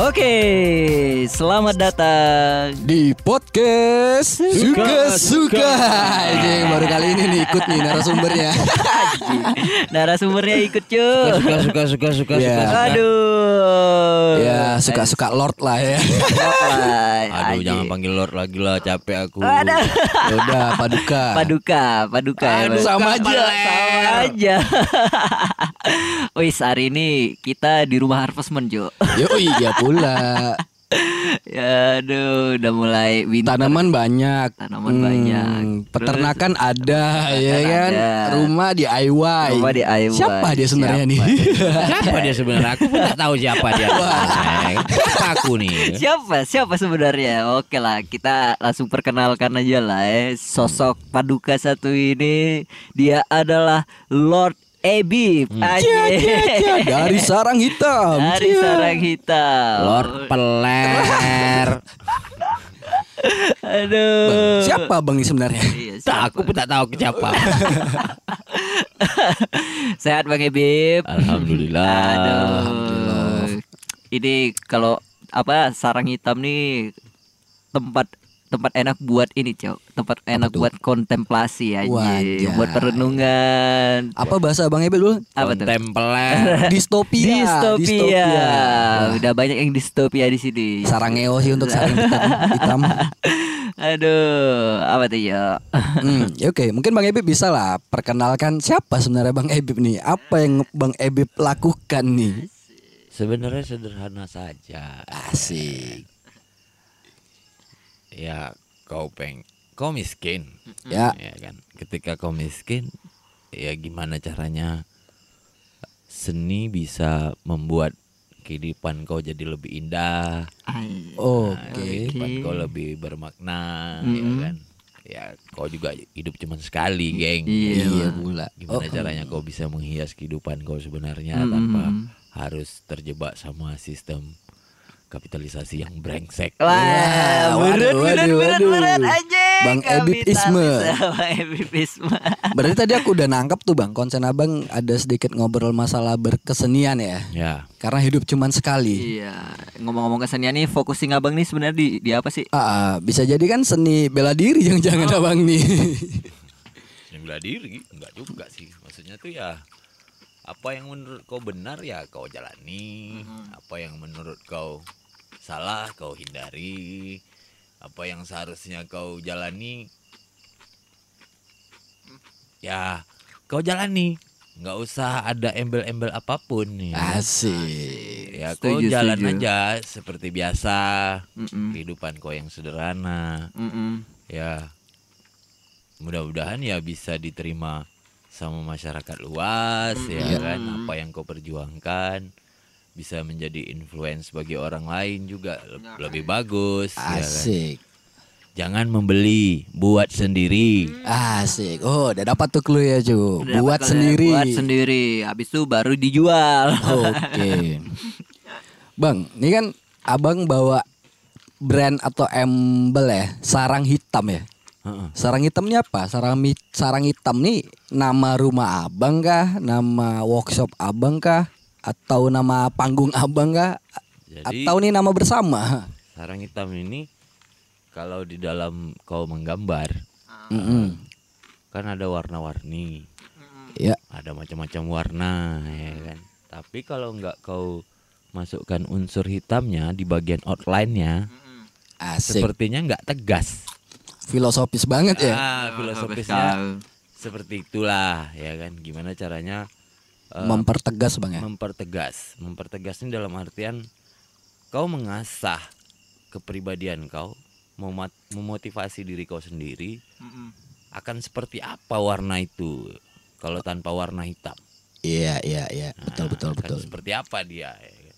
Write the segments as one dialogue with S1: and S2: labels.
S1: Oke, selamat datang.
S2: di podcast suka suka anjing baru kali ini nih ikut nih narasumbernya
S1: Narasumbernya ikut cuy.
S3: suka suka suka suka
S2: Iya.
S3: suka, suka.
S1: Aduh.
S2: ya suka suka lord lah ya
S3: aduh jangan panggil lord lagi lah capek aku
S1: Ada
S2: Ya udah paduka
S1: paduka, paduka. ya,
S2: Aduh,
S1: Bang.
S2: sama aja
S1: Sama aja. Wis hari ini kita di rumah Harvestman Jo.
S2: yoi ya pula
S1: Ya, aduh, udah mulai winter.
S2: tanaman banyak Hmm,
S1: Tanaman banyak.
S2: peternakan ada ya
S1: peternakan
S2: kan
S1: ada.
S2: rumah DIY
S1: Rumah DIY.
S2: siapa dia sebenarnya
S1: Siapa
S2: nih
S3: siapa dia sebenarnya aku pun tak tahu siapa dia Neng. siapa aku nih
S1: Siapa? Siapa sebenarnya? Oke lah, kita langsung perkenalkan aja lah eh. Sosok paduka satu ini dia adalah Lord Ebi.
S3: Hmm.
S2: Ya, ya, ya. dari sarang hitam
S1: Dari
S2: Ya.
S1: sarang hitam.
S3: lord peler
S1: Aduh.
S2: siapa bang ini sebenarnya
S1: Iya,
S3: tak
S1: siapa?
S3: aku pun tak tahu ke siapa
S1: Sehat Bang Ebib.
S3: alhamdulillah
S1: Aduh. Ini kalau apa sarang hitam nih tempat tempat enak buat ini, Cok. Tempat enak buat kontemplasi anjir,
S2: Wajah.
S1: buat perenungan.
S2: apa bahasa bang Ebel dulu
S1: Apa tuh?
S3: Kontempeler
S2: Iya, distopia
S1: distopia.
S2: distopia.
S1: Udah banyak yang distopia di sini.
S2: Sarangeo sih untuk sarang hitam. hitam.
S1: Aduh, apa tuh ya?
S2: Hmm, ya oke, mungkin Bang Ebib bisa lah perkenalkan siapa sebenarnya Bang Ebib nih. Apa yang Bang Ebib lakukan nih?
S3: sebenarnya sederhana saja
S2: Asik.
S3: ya kau peng kau miskin
S2: Ya,
S3: ya kan ketika kau miskin ya gimana caranya seni bisa membuat kehidupan kau jadi lebih indah
S1: Ay.
S2: oke. Mm-hmm.
S3: kehidupan kau lebih bermakna ya kan ya kau juga hidup cuma sekali geng Ya.
S1: Iya,
S2: Iya pula.
S3: gimana caranya kau bisa menghias kehidupan kau sebenarnya
S2: Mm-hmm.
S3: tanpa harus terjebak sama sistem kapitalisasi yang brengsek
S1: Wah, berat,
S2: Wah, Ya, waduh,
S1: berat,
S2: waduh,
S1: berat,
S2: waduh.
S1: berat, anjing.
S2: Bang Ebib
S1: Kapitalis
S2: Isme.
S1: sama Ebib Isme.
S2: Berarti tadi aku udah nangkep tuh Bang, konsen Abang ada sedikit ngobrol masalah berkesenian ya.
S3: ya
S2: Karena hidup cuman sekali.
S1: Iya, ngomong-ngomong kesenian nih, fokusin abang nih sebenarnya di, di apa sih?
S2: Ah, ah, bisa jadi kan seni bela diri yang jangan Abang nih.
S3: yang bela diri enggak juga sih maksudnya tuh ya apa yang menurut kau benar ya kau jalani apa yang menurut kau salah kau hindari apa yang seharusnya kau jalani ya kau jalani nggak usah ada embel-embel apapun ya
S2: Asik.
S3: ya
S1: Setuju,
S3: kau jalan
S1: Iya, setuju.
S3: aja seperti biasa
S1: Mm-mm.
S3: kehidupan kau yang sederhana
S1: Mm-mm.
S3: ya mudah-mudahan ya bisa diterima sama masyarakat luas ya kan apa yang kau perjuangkan bisa menjadi influence bagi orang lain juga le-
S1: Ya.
S3: lebih bagus ya kan?
S2: Asik.
S3: jangan membeli buat sendiri
S1: Mm.
S2: Asik. Oh, udah dapat tuh clue ya, Ju.
S1: Udah
S2: Buat
S1: bakal-
S2: sendiri. Oh,
S1: Buat sendiri. Habis itu baru dijual.
S2: Oke. Bang, ini kan Abang bawa brand atau embel ya, sarang hitam ya.
S3: Heeh.
S2: Sarang hitamnya apa? Sarang mi- sarang hitam nih nama rumah Abang kah? Nama workshop Abang kah? Atau nama panggung Abang kah? A-
S3: Jadi-
S2: Atau nih nama bersama?
S3: sarang hitam ini kalau di dalam kau menggambar
S2: Mm-mm.
S3: kan ada warna-warni
S2: Ya,
S3: ada macam-macam warna ya kan tapi kalau nggak kau masukkan unsur hitamnya di bagian outline-nya
S2: asik.
S3: sepertinya nggak tegas.
S2: Filosofis banget ya.
S3: Ah, filosofisnya seperti itulah ya kan. Gimana caranya eh,
S2: Mempertegas Bang Hmm, ya.
S3: mempertegas? Mempertegas ini dalam artian kau mengasah kepribadian kau, memat- memotivasi diri kau sendiri akan seperti apa warna itu kalau tanpa warna hitam.
S2: Iya, iya, iya. Betul,
S3: Nah,
S2: betul,
S3: akan
S2: betul.
S3: Seperti apa dia? ya kan.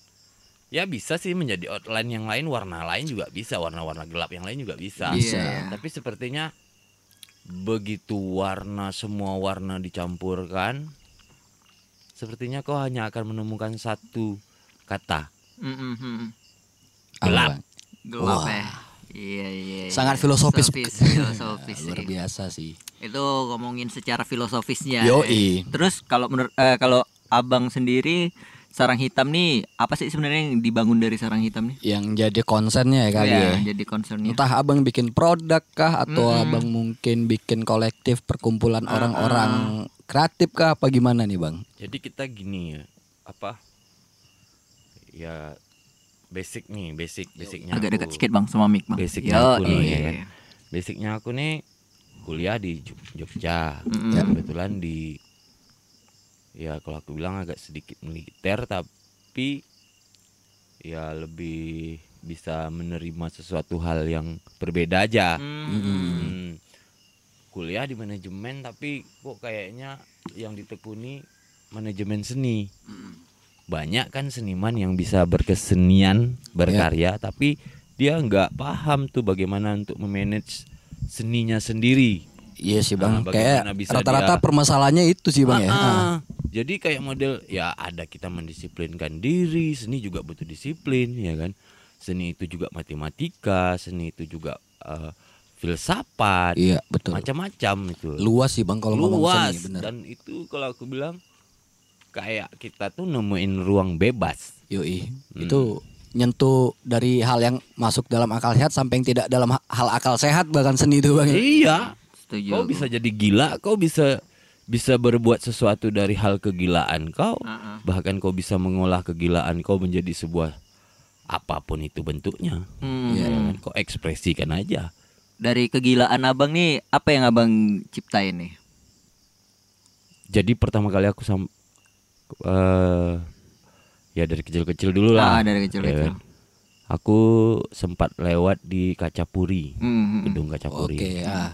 S3: Ya bisa sih menjadi outline yang lain, warna lain juga bisa, warna-warna gelap yang lain juga bisa.
S1: Bisa.
S3: Ya, Tapi sepertinya begitu warna semua warna dicampurkan, sepertinya kau hanya akan menemukan satu kata
S1: Mm, mm, mm.
S3: Gelap.
S2: Apa, Bang?
S1: Gelap
S2: Wah.
S1: ya. Iya, iya, iya.
S2: Sangat filosofis.
S1: Filosofis, filosofis,
S2: Luar
S1: iya.
S2: biasa sih.
S1: Itu ngomongin secara filosofisnya.
S2: Yoi.
S1: Terus kalau menurut eh, kalau Abang sendiri sarang hitam nih apa sih sebenarnya yang dibangun dari sarang hitam nih?
S2: Yang jadi konsennya ya
S3: Iya.
S2: kali ya.
S1: jadi concernnya.
S2: Entah abang bikin produk kah atau
S1: Mm-mm.
S2: abang mungkin bikin kolektif perkumpulan orang-orang kreatif kah apa gimana nih bang?
S3: Jadi kita gini ya, apa? Ya basic nih, basic basicnya.
S1: Agak
S3: aku.
S1: dekat sikit Bang sama mic Bang. Iya.
S3: Basicnya aku loh, ya kan? Basicnya aku nih kuliah di Jog- Jogja. Nah,
S1: Mm-mm.
S2: Ya.
S3: Kebetulan di ya kalau aku bilang agak sedikit militer tapi ya lebih bisa menerima sesuatu hal yang berbeda aja.
S1: Mm.
S3: Hmm, Kuliah di manajemen tapi kok kayaknya yang ditekuni manajemen seni. Banyak kan seniman yang bisa berkesenian,
S2: Ya.
S3: berkarya tapi dia nggak paham tuh bagaimana untuk memanage seninya sendiri.
S2: Iya sih bang.
S3: Ah, bagaimana
S2: Kayak
S3: bisa
S2: rata-rata
S3: dia-
S2: permasalahannya itu sih bang ya.
S3: Ah,
S2: Ah.
S3: ah. Jadi kayak model ya ada kita mendisiplinkan diri, seni juga butuh disiplin ya kan. Seni itu juga matematika, seni itu juga eh, filsafat,
S2: Iya betul.
S3: macam-macam itu.
S2: Luas sih bang kalau ngomong
S3: Luas
S2: seni bener.
S3: dan itu kalau aku bilang kayak kita tuh nemuin ruang bebas.
S2: Yoi.
S3: Hmm.
S2: Itu nyentuh dari hal yang masuk dalam akal sehat sampai yang tidak dalam ha- hal akal sehat bahkan seni itu bang. ya.
S3: Iya,
S1: Setuju.
S3: kau
S1: aku.
S3: bisa jadi gila, kau bisa bisa berbuat sesuatu dari hal kegilaan kau.
S1: Ah, ah.
S3: Bahkan kau bisa mengolah kegilaan kau menjadi sebuah apapun itu bentuknya.
S1: Hmm.
S2: Iya,
S3: Ya kan? Kau ekspresikan aja.
S1: Dari kegilaan Abang nih apa yang Abang ciptain nih?
S3: Jadi pertama kali aku sam eh, ya dari kecil-kecil dulu
S1: Ah,
S3: lah.
S1: dari kecil-kecil.
S2: eh.
S3: ya kan? Aku sempat lewat di Kacapuri,
S1: Hmm.
S3: gedung Kacapuri.
S2: Oke. ah.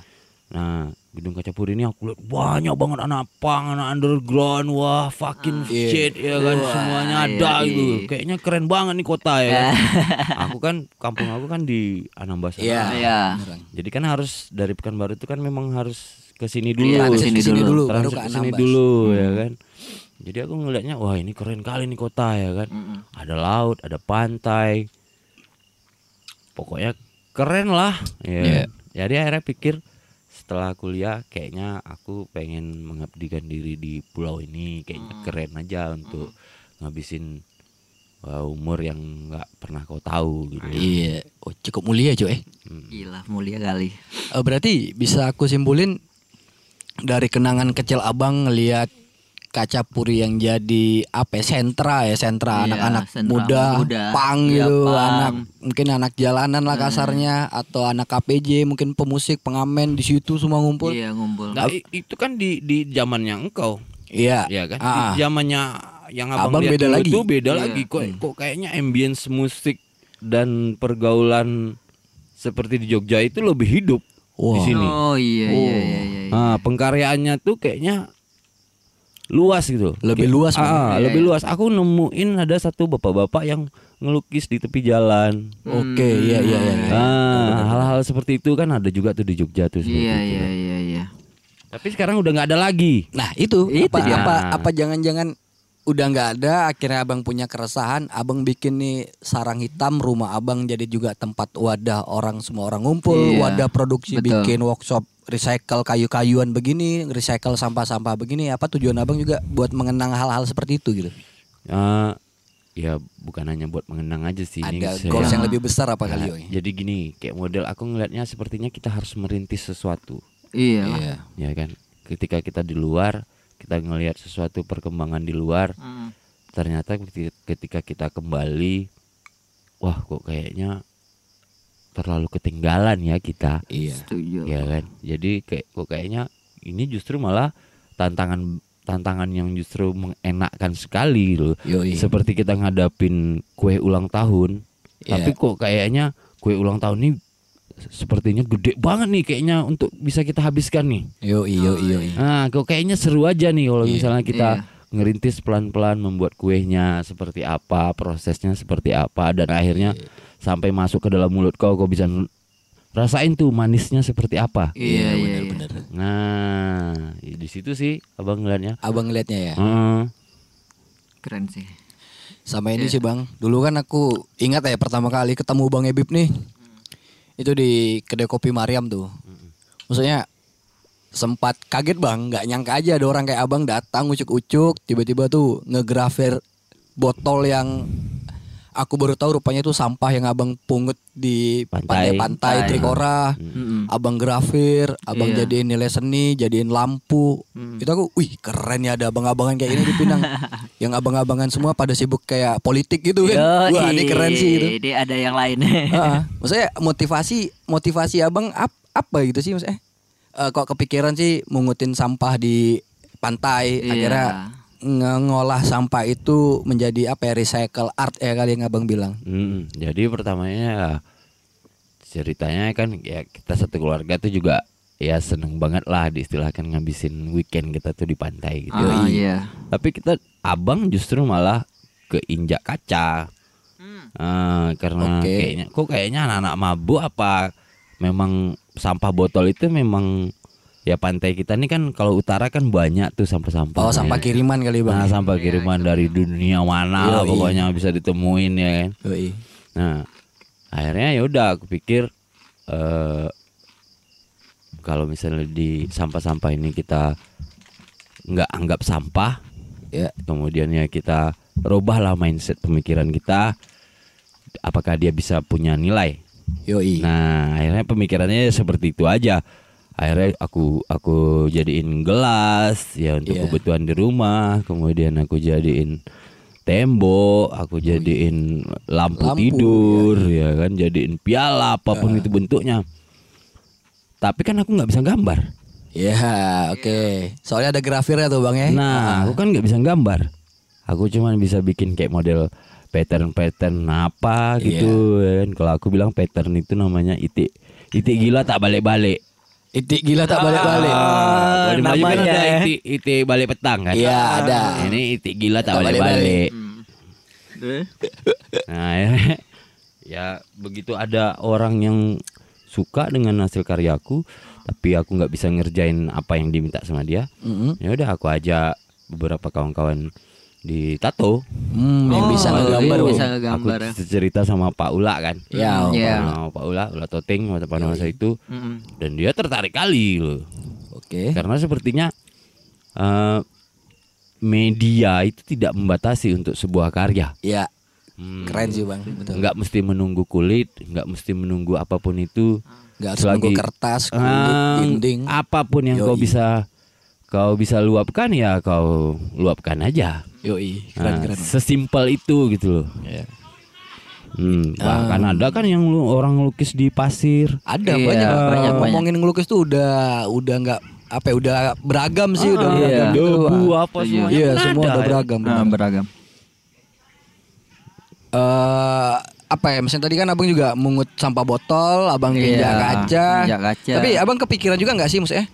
S3: Nah, gedung Kacapuri ini aku lihat banyak banget anak pang, anak underground, wah fucking
S2: Iya.
S3: shit ya
S1: Ah.
S3: kan
S1: Wah,
S3: semuanya
S1: iya,
S3: ada
S1: iya.
S3: gitu. Kayaknya keren banget nih kota ya. kan. aku kan kampung aku kan di Anambas.
S2: Iya.
S3: sana.
S1: Iya.
S2: Beneran.
S3: Jadi kan harus dari Pekanbaru itu kan memang harus ke sini dulu.
S1: Iya, ke sini
S2: Kesini
S1: dulu.
S2: dulu, baru
S3: Transit
S2: ke
S3: ke sini
S2: Anambas.
S3: dulu ya kan. Jadi aku ngelihatnya wah ini keren kali nih kota ya kan.
S1: Mm-mm.
S3: Ada laut, ada pantai. Pokoknya keren lah.
S2: Iya.
S3: Ya. kan. Jadi akhirnya pikir setelah kuliah kayaknya aku pengen mengabdikan diri di pulau ini kayaknya keren aja untuk ngabisin uh, umur yang nggak pernah kau tahu gitu.
S2: Iya. Oh cukup mulia cuy.
S1: Gila mulia kali.
S2: Eh, berarti bisa aku simpulin dari kenangan kecil abang ngelihat kaca puri yang jadi apa ya, sentra ya
S1: Iya,
S2: sentra anak-anak
S1: sentra
S2: muda,
S1: muda.
S2: pang
S1: Iya,
S2: gitu
S1: pang. Hmm.
S2: anak mungkin anak jalanan lah kasarnya atau anak KPJ mungkin pemusik pengamen di situ semua ngumpul
S1: Iya ngumpul.
S3: Nah, i- itu kan di di zamannya engkau.
S2: iya
S3: Iya kan?
S2: Ah.
S3: Di Zamannya yang abang,
S2: Abang
S3: lihat
S2: beda
S3: dulu
S2: lagi. Hmm.
S3: tuh beda
S1: Iya.
S3: lagi kok. Kok kayaknya ambience musik dan pergaulan seperti di Jogja itu lebih hidup di
S2: Wah.
S3: sini.
S1: Oh iya iya
S2: Oh.
S1: iya. iya.
S3: Ah, pengkaryaannya tuh kayaknya luas gitu.
S2: Lebih
S3: Kayak-
S2: luas, Bang.
S3: Ah,
S1: Iya,
S3: lebih
S1: iya.
S3: luas. Aku nemuin ada satu bapak-bapak yang ngelukis di tepi jalan.
S2: oke iya iya iya iya.
S3: Ah, hal-hal seperti itu kan ada juga tuh di Jogja tuh seperti
S1: Iya
S3: itu.
S1: iya iya iya.
S3: Tapi sekarang udah nggak ada lagi.
S2: nah itu,
S1: Itu
S2: apa,
S1: dia.
S2: apa apa jangan-jangan udah nggak ada akhirnya abang punya keresahan abang bikin nih sarang hitam rumah abang jadi juga tempat wadah orang semua orang ngumpul
S1: Iya.
S2: wadah produksi
S1: Betul.
S2: bikin workshop recycle kayu-kayuan begini recycle sampah-sampah begini apa tujuan abang juga buat mengenang hal-hal seperti itu gitu
S3: Eh, ya bukan hanya buat mengenang aja sih
S1: Iya
S3: ini
S2: ada
S3: saya-
S2: goals yang lebih besar apa kali
S3: Ya,
S2: Yoi?
S3: jadi gini, kayak model aku ngelihatnya sepertinya kita harus merintis sesuatu,
S1: Iya. lah.
S2: Iya.
S3: ya kan? Ketika kita di luar, kita ngelihat sesuatu perkembangan di luar,
S1: Mm.
S3: ternyata keti- ketika kita kembali, wah kok kayaknya terlalu ketinggalan ya kita,
S2: iya
S1: Setuju.
S3: ya kan? Jadi kayak kok kayaknya ini justru malah tantangan tantangan yang justru mengenakkan sekali loh.
S2: Yoi.
S3: Seperti kita ngadapin kue ulang tahun,
S2: Iya.
S3: tapi kok kayaknya kue ulang tahun ini sepertinya gede banget nih kayaknya untuk bisa kita habiskan nih.
S2: Yoi, yoi, yoi.
S3: Nah, kok kayaknya seru aja nih kalau
S2: Iya.
S3: misalnya kita
S1: Iya.
S3: ngerintis pelan-pelan membuat kuenya seperti apa, prosesnya seperti apa dan akhirnya sampai masuk ke dalam mulut kau kau bisa n- rasain tuh manisnya seperti apa.
S1: Iya iya. iya.
S2: benar-benar
S3: Nah, di situ sih abang ngeliatnya.
S2: abang ngeliatnya ya
S3: Heeh.
S1: keren sih.
S2: Sama ini sih bang. Dulu kan aku ingat ya pertama kali ketemu bang Ebib nih. Itu di kedai kopi Mariam tuh. Maksudnya sempat kaget bang, nggak nyangka aja ada orang kayak abang datang ucuk-ucuk, tiba-tiba tuh ngegrafir botol yang aku baru tahu rupanya itu sampah yang abang pungut di
S3: Pantai.
S2: pantai-pantai
S1: Pantai. Hmm.
S2: Trikora.
S1: Mm-mm.
S2: Abang grafir, abang
S1: Iya.
S2: jadiin nilai seni, jadiin lampu.
S1: Mm.
S2: Itu aku, wih keren ya ada abang-abangan kayak ini di Pinang. yang abang-abangan semua pada sibuk kayak politik gitu kan.
S1: Yoi,
S2: Wah ini keren sih itu. Ah.
S1: Ini ada yang lain.
S2: Heeh. maksudnya motivasi motivasi abang ap- apa gitu sih maksudnya? Eh, kok kepikiran sih mungutin sampah di pantai
S1: Iya.
S2: akhirnya nge- ngolah sampah itu menjadi apa ya recycle art ya kali yang abang bilang.
S3: Mm, jadi pertamanya ya, ceritanya kan ya kita satu keluarga tuh juga ya seneng banget lah diistilahkan ngabisin weekend kita tuh di pantai gitu.
S1: Ah, iya.
S3: Tapi kita abang justru malah keinjak kaca. Eh, karena
S2: Oke.
S3: kayaknya kok kayaknya anak-anak mabuk apa memang sampah botol itu memang ya pantai kita nih kan kalau utara kan banyak tuh sampah-sampah.
S2: Oh
S1: Iya.
S2: sampah
S3: ya.
S2: kiriman Iya, kali
S3: Nah,
S2: bang.
S3: sampah kiriman dari dunia mana lah
S2: Yoi.
S3: pokoknya bisa ditemuin ya kan.
S2: Yoi.
S3: Nah, akhirnya ya udah aku pikir eh kalau misalnya di sampah-sampah ini kita nggak anggap sampah,
S2: Ya.
S3: kemudian ya kita rubahlah mindset pemikiran kita, apakah dia bisa punya nilai.
S2: Yoi.
S3: Nah, akhirnya pemikirannya seperti itu aja. Akhirnya aku aku jadiin gelas ya untuk
S2: Iya.
S3: kebutuhan di rumah, kemudian aku jadiin tembok, aku jadiin
S2: Oh,
S3: lampu,
S2: iya. Lampu, iya,
S3: tidur, ya kan, jadiin piala apapun itu bentuknya. Tapi kan aku nggak bisa gambar.
S2: Ya, oke. Soalnya ada grafirnya tuh, Bang ya.
S3: Nah, aku kan nggak bisa gambar. Aku cuman bisa bikin kayak model pattern-pattern apa
S2: Iya.
S3: gitu ya kan. Kalau aku bilang pattern itu namanya itik. Itik gila tak balik-balik.
S2: Itik gila tak balik-balik. Eh,
S3: Ah, Kalau di Melayu kan
S1: namanya
S3: ada
S1: ya.
S3: itik, itik balik petang kan.
S2: Iya, ada.
S3: Ini itik gila
S2: Tak
S3: tak balik-balik. Hmm.
S2: balik-balik.
S1: Eh?
S3: Nah, ya, ya begitu ada orang yang suka dengan hasil karyaku, tapi aku nggak bisa ngerjain apa yang diminta sama dia.
S2: Mm-mm.
S3: Ya udah aku ajak beberapa kawan-kawan di tato.
S2: Hmm, yang
S1: Oh,
S2: bisa
S1: iya,
S2: ngegambar.
S1: bisa
S2: Bang.
S1: ngegambar ya.
S3: Aku cerita sama Pak Ula kan.
S2: Ya,
S3: Sama
S1: Iya.
S3: Pak Ula, Ula Toting pada
S2: Iya,
S3: masa itu
S1: Mm-mm.
S3: dan dia tertarik kali loh.
S2: Oke.
S3: Karena sepertinya eh, media itu tidak membatasi untuk sebuah karya.
S2: Ya,
S3: Hmm.
S2: keren sih, Bang. Betul.
S3: Nggak mesti menunggu kulit, nggak mesti menunggu apapun itu.
S2: Enggak harus nunggu
S3: Selagi-
S2: kertas, Ah, kulit,
S1: Ah.
S3: Eh,
S2: dinding.
S3: apapun yang kau
S2: Yoi.
S3: bisa kau bisa luapkan ya kau luapkan aja.
S2: Yoi,
S1: Ah.
S3: Nah,
S2: keren-keren.
S3: sesimpel itu gitu loh.
S1: Ya.
S3: Hmm, bahkan
S2: Ah.
S3: ada kan yang lu, orang lukis di pasir.
S2: Ada
S1: Iya,
S2: banyak,
S1: banyak,
S2: banyak
S1: banyak.
S2: ngomongin ngelukis tuh udah udah nggak apa ya, udah beragam sih, udah
S3: Ah,
S2: beragam.
S1: iya.
S2: gitu, Bang.
S3: Debu apa
S1: Iya.
S3: semuanya.
S2: Iya,
S3: kan
S2: semua
S3: ada
S2: udah
S3: ya.
S2: beragam.
S1: Ah,
S2: benar.
S1: beragam.
S2: eh apa ya misalnya tadi kan abang juga mungut sampah botol abang
S1: Iya,
S2: injak kaca
S1: injak kaca.
S2: tapi abang kepikiran juga nggak sih maksudnya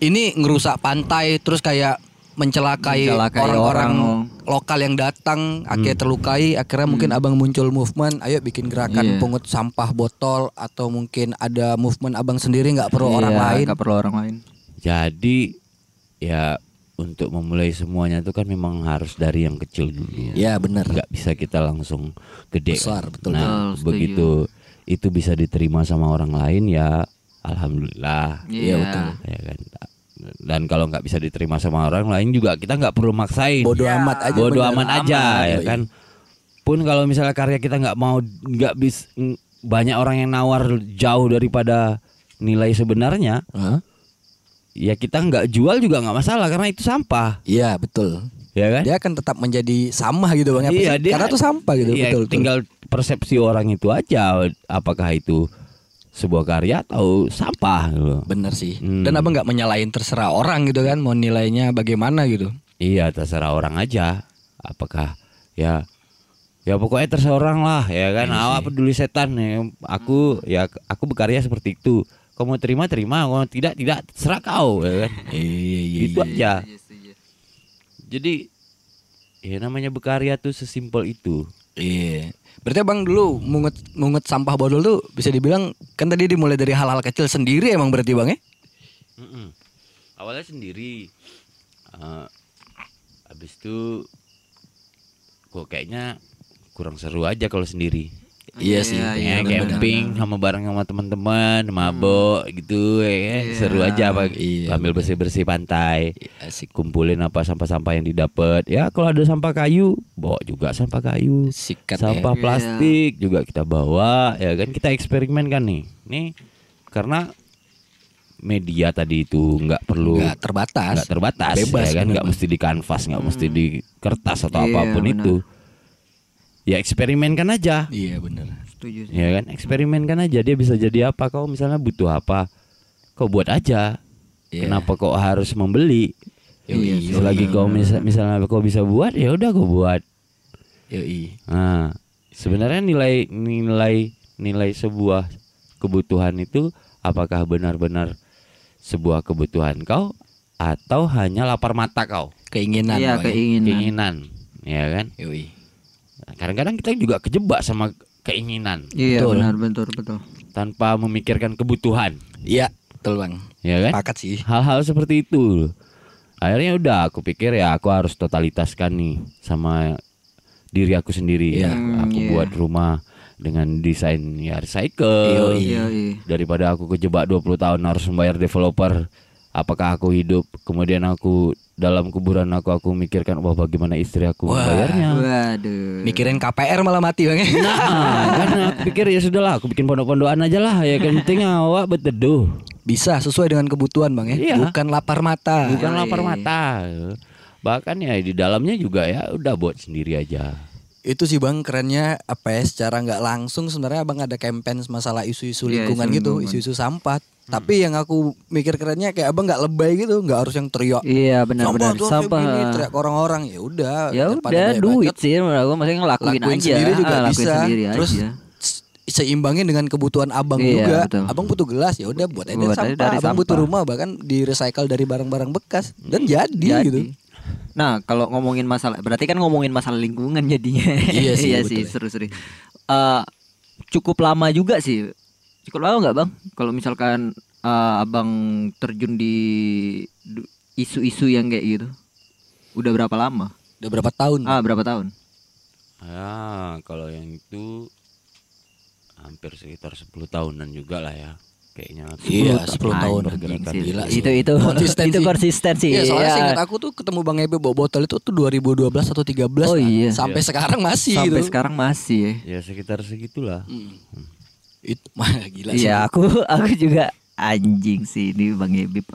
S2: ini ngerusak pantai terus kayak mencelakai
S1: Mencelakai
S2: orang-orang
S1: orang.
S2: lokal yang datang akhirnya terlukai akhirnya mungkin abang muncul movement ayo bikin gerakan
S1: Iya.
S2: pungut sampah botol atau mungkin ada movement abang sendiri nggak perlu orang
S1: Iya,
S2: lain
S1: nggak perlu orang lain.
S3: Jadi ya untuk memulai semuanya itu kan memang harus dari yang kecil dulu.
S2: ya bener
S3: Nggak bisa kita langsung gede.
S2: Besar, betul.
S3: Nah,
S1: Betul, setuju.
S3: begitu itu bisa diterima sama orang lain ya alhamdulillah.
S1: Iya.
S2: betul.
S3: Ya kan. Dan kalau nggak bisa diterima sama orang lain juga kita nggak perlu maksain.
S2: bodoh
S1: Iya.
S2: amat aja
S3: bodo
S2: bener.
S3: amat aja
S2: Aman,
S3: ya
S2: yoi.
S3: kan pun kalau misalnya karya kita nggak mau nggak bis n- banyak orang yang nawar jauh daripada nilai sebenarnya
S2: Hah?
S3: ya kita nggak jual juga nggak masalah karena itu sampah
S2: iya betul
S3: ya kan
S2: dia akan tetap menjadi sama gitu bang apa
S3: Iya,
S2: sih?
S3: dia-
S2: karena tuh sampah gitu
S3: Iya,
S2: betul betul.
S3: tinggal persepsi orang itu aja apakah itu sebuah karya atau sampah gitu.
S2: bener sih
S3: Hmm.
S2: dan abang nggak menyalahin terserah orang gitu kan mau nilainya bagaimana gitu
S3: Iya terserah orang aja. Apakah ya ya pokoknya terserah orang lah ya kan.
S2: Iya
S3: Awak peduli setan ya. Aku ya aku berkarya seperti itu. Kau mau terima terima, kau mau tidak tidak terserah kau ya kan.
S2: iya
S3: Itu aja.
S1: iya.
S3: Jadi ya namanya berkarya tuh sesimpel itu.
S2: iya berarti abang dulu mungut mungut sampah bodol tuh bisa dibilang kan tadi dimulai dari hal-hal kecil sendiri emang berarti bang ya
S3: Mm-mm. Awalnya sendiri. Eh, habis itu kok kayaknya kurang seru aja kalau sendiri.
S2: Iya sih. Hmm.
S1: iya,
S3: Ya,
S1: benar.
S3: camping sama bareng sama teman-teman, mabok gitu ya. kan.
S1: Iya.
S3: Seru aja apa
S2: Iya,
S3: ambil bersih-bersih pantai.
S2: Asik.
S3: Kumpulin apa sampah-sampah yang didapat. Ya kalau ada sampah kayu, bawa juga sampah kayu.
S2: Sikat ya.
S3: sampah
S1: Iya.
S3: plastik juga kita bawa ya kan kita eksperimen kan nih. Nih karena media tadi itu nggak perlu
S2: Nggak terbatas.
S3: nggak terbatas
S2: Bebas Hmm.
S3: ya kan
S2: bener,
S3: nggak
S2: Bang.
S3: mesti di kanvas nggak mesti di kertas atau
S1: Iya,
S3: apapun
S1: benar.
S3: itu ya eksperimenkan aja
S2: Iya bener.
S1: Setuju sih.
S3: ya kan eksperimenkan aja dia bisa jadi apa kau misalnya butuh apa kau buat aja
S2: Iya.
S3: kenapa kau harus membeli
S2: Yoi,
S1: Iya,
S3: selagi kau misa- misalnya kau bisa buat ya udah kau buat
S2: Yoi.
S3: nah sebenarnya nilai nilai nilai sebuah kebutuhan itu apakah benar-benar sebuah kebutuhan kau atau hanya lapar mata kau
S2: Keinginan.
S1: Iya,
S2: Bang, ya.
S1: keinginan.
S3: keinginan ya kan
S2: Yoi.
S3: kadang-kadang kita juga kejebak sama keinginan
S1: Iya,
S2: Betul.
S1: benar betul betul.
S3: tanpa memikirkan kebutuhan
S2: Iya betul bang. Eh?
S3: ya kan
S2: Pakat sih.
S3: hal-hal seperti itu akhirnya udah aku pikir ya aku harus totalitaskan nih sama diri aku sendiri
S2: Iya.
S1: Hmm,
S3: aku
S1: iya.
S3: buat rumah dengan desain ya
S2: Yoi.
S3: recycle
S1: Iya, iya.
S3: daripada aku kejebak 20 tahun harus membayar developer apakah aku hidup kemudian aku dalam kuburan aku aku mikirkan wah bagaimana istri aku
S2: Wah.
S3: membayarnya
S1: Ah. Waduh.
S2: Mikirin KPR malah mati bang. ya?
S3: Nah, kan aku pikir ya sudahlah, aku bikin pondok-pondokan aja lah. Ya kan penting awak berteduh,
S2: Bisa sesuai dengan kebutuhan bang ya.
S3: Iya.
S2: Bukan lapar mata.
S3: bukan
S1: Yoi.
S3: lapar mata. Bahkan ya di dalamnya juga ya udah buat sendiri aja.
S2: Itu sih bang kerennya apa ya secara nggak langsung sebenarnya abang ada campaign masalah isu-isu
S1: Iya,
S2: lingkungan Hmm.
S1: isu
S2: gitu,
S1: lingkungan.
S2: isu-isu sampah. Tapi yang aku mikir kerennya kayak abang nggak lebay gitu, nggak harus yang teriak.
S1: Iya, benar
S2: sampah
S1: benar.
S2: tuh harusnya
S1: Sampah.
S2: begini, teriak ke orang-orang ya udah.
S1: Ya
S2: daripada
S1: udah
S2: banyak
S1: duit
S2: bacot,
S1: sih menurut gua maksudnya ngelakuin
S2: lakuin
S1: aja.
S2: sendiri juga
S1: Ah, lakuin
S2: bisa.
S1: sendiri
S2: Terus
S1: aja.
S2: s- seimbangin dengan kebutuhan abang
S1: Iya,
S2: juga.
S1: betul.
S2: Abang butuh gelas ya udah buat aja
S1: Buat aja
S2: sampah.
S1: dari
S2: abang butuh
S1: sampah. Hmm,
S2: rumah bahkan di recycle dari barang-barang bekas dan jadi,
S1: Jadi.
S2: gitu.
S1: Nah, kalau ngomongin masalah, berarti kan ngomongin masalah lingkungan jadinya.
S2: Iya sih, betul ya.
S1: seru seru. Eh, cukup lama juga sih. Cukup lama nggak bang? Kalau misalkan eh, abang terjun di du- isu-isu yang kayak gitu, udah berapa lama?
S2: Udah berapa tahun?
S1: Ah, berapa tahun?
S3: Ah, kalau yang itu hampir sekitar 10 tahunan juga lah ya. Kayaknya
S2: Iya, 10 tahun.
S3: pergerakan
S1: Anjing sih.
S2: gila sih.
S1: itu itu
S2: Konsistensi.
S1: itu konsistensi.
S2: Iya, soalnya
S1: Iya.
S2: seingat aku tuh ketemu Bang Ebe bawa botol itu tuh 2012 atau 13.
S1: Oh,
S2: kan.
S1: iya.
S2: Sampai sekarang masih
S1: sampai
S2: gitu.
S1: sekarang masih. ya.
S3: Ya sekitar segitulah.
S2: Hmm. Itu mah gila sih.
S1: Iya aku aku juga anjing sih ini Bang Habib.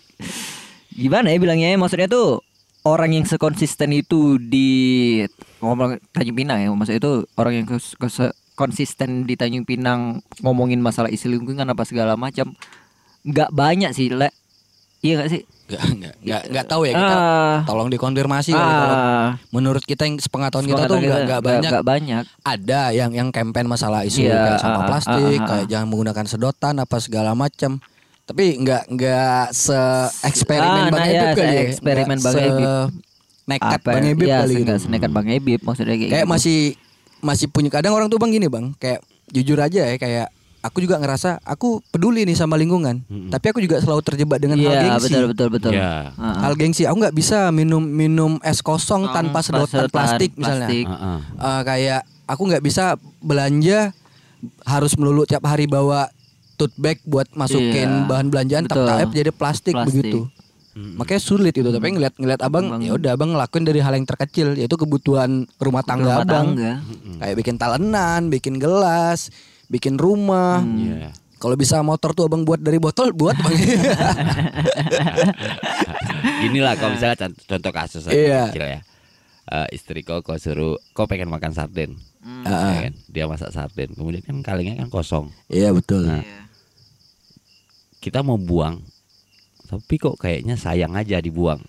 S1: Gimana ya bilangnya ya? maksudnya tuh orang yang sekonsisten itu di ngomong Tanjung Pinang ya maksudnya itu orang yang kes- kes- konsisten di Tanjung Pinang ngomongin masalah isi lingkungan apa segala macam nggak banyak sih le iya gak sih
S2: Enggak enggak enggak enggak tahu ya kita.
S1: Ah.
S2: Tolong dikonfirmasi kali ya, kalau
S1: Ah,
S2: menurut kita yang sepengetahuan kita tuh
S1: sepengetahuan
S2: enggak enggak banyak.
S1: nggak banyak
S2: Ada yang yang campaign masalah isu
S1: Iya,
S2: kayak sampah
S1: ah,
S2: plastik,
S1: ah, ah,
S2: kayak jangan menggunakan sedotan apa segala macam. Tapi enggak enggak se eksperimen
S1: Ah,
S2: Bang
S1: nah
S2: Ebib
S1: ya,
S2: kali ya.
S1: se-eksperimen
S2: Nggak
S1: Bang Ebib.
S2: se- Nekat
S1: Apa-
S2: Bang Ebib
S1: ya,
S2: kali gitu.
S1: nggak senekat Bang Ebib maksudnya kayak,
S2: kayak
S1: gitu.
S2: masih masih punya kadang orang tuh bang gini bang kayak jujur aja ya kayak aku juga ngerasa aku peduli nih sama lingkungan tapi aku juga selalu terjebak dengan hal
S1: Iya
S2: gengsi
S1: betul betul betul. Ah,
S3: Ya.
S1: ah.
S2: hal gengsi aku nggak bisa minum minum es kosong
S1: Tanpa
S2: tanpa sedotan
S1: sedotan
S2: plastik misalnya
S1: plastik.
S3: Heeh.
S2: Eh, kayak aku nggak bisa belanja harus melulu tiap hari bawa tote bag buat masukin
S1: Iya,
S2: bahan belanjaan tapi
S1: betul.
S2: jadi plastik,
S1: Plastik.
S2: begitu makanya sulit itu tapi ngeliat ngeliat abang
S1: Abang-
S2: ya udah abang ngelakuin dari hal yang terkecil yaitu kebutuhan rumah
S1: Rumah
S2: tangga abang
S1: tangga.
S2: kayak bikin talenan bikin gelas bikin rumah
S1: Mm,
S3: Iya.
S2: kalau bisa motor tuh abang buat dari botol buat bang
S3: Gini lah kalau misalnya cont- contoh kasus aja
S2: Iya.
S3: kecil ya. Eh, istri kau kau suruh kau pengen makan sarden.
S2: Ah,
S3: Ya kan? Dia masak sarden. Kemudian kan kalengnya kan kosong.
S2: iya betul
S1: Nah.
S3: Kita mau buang. Tapi kok kayaknya sayang aja dibuang.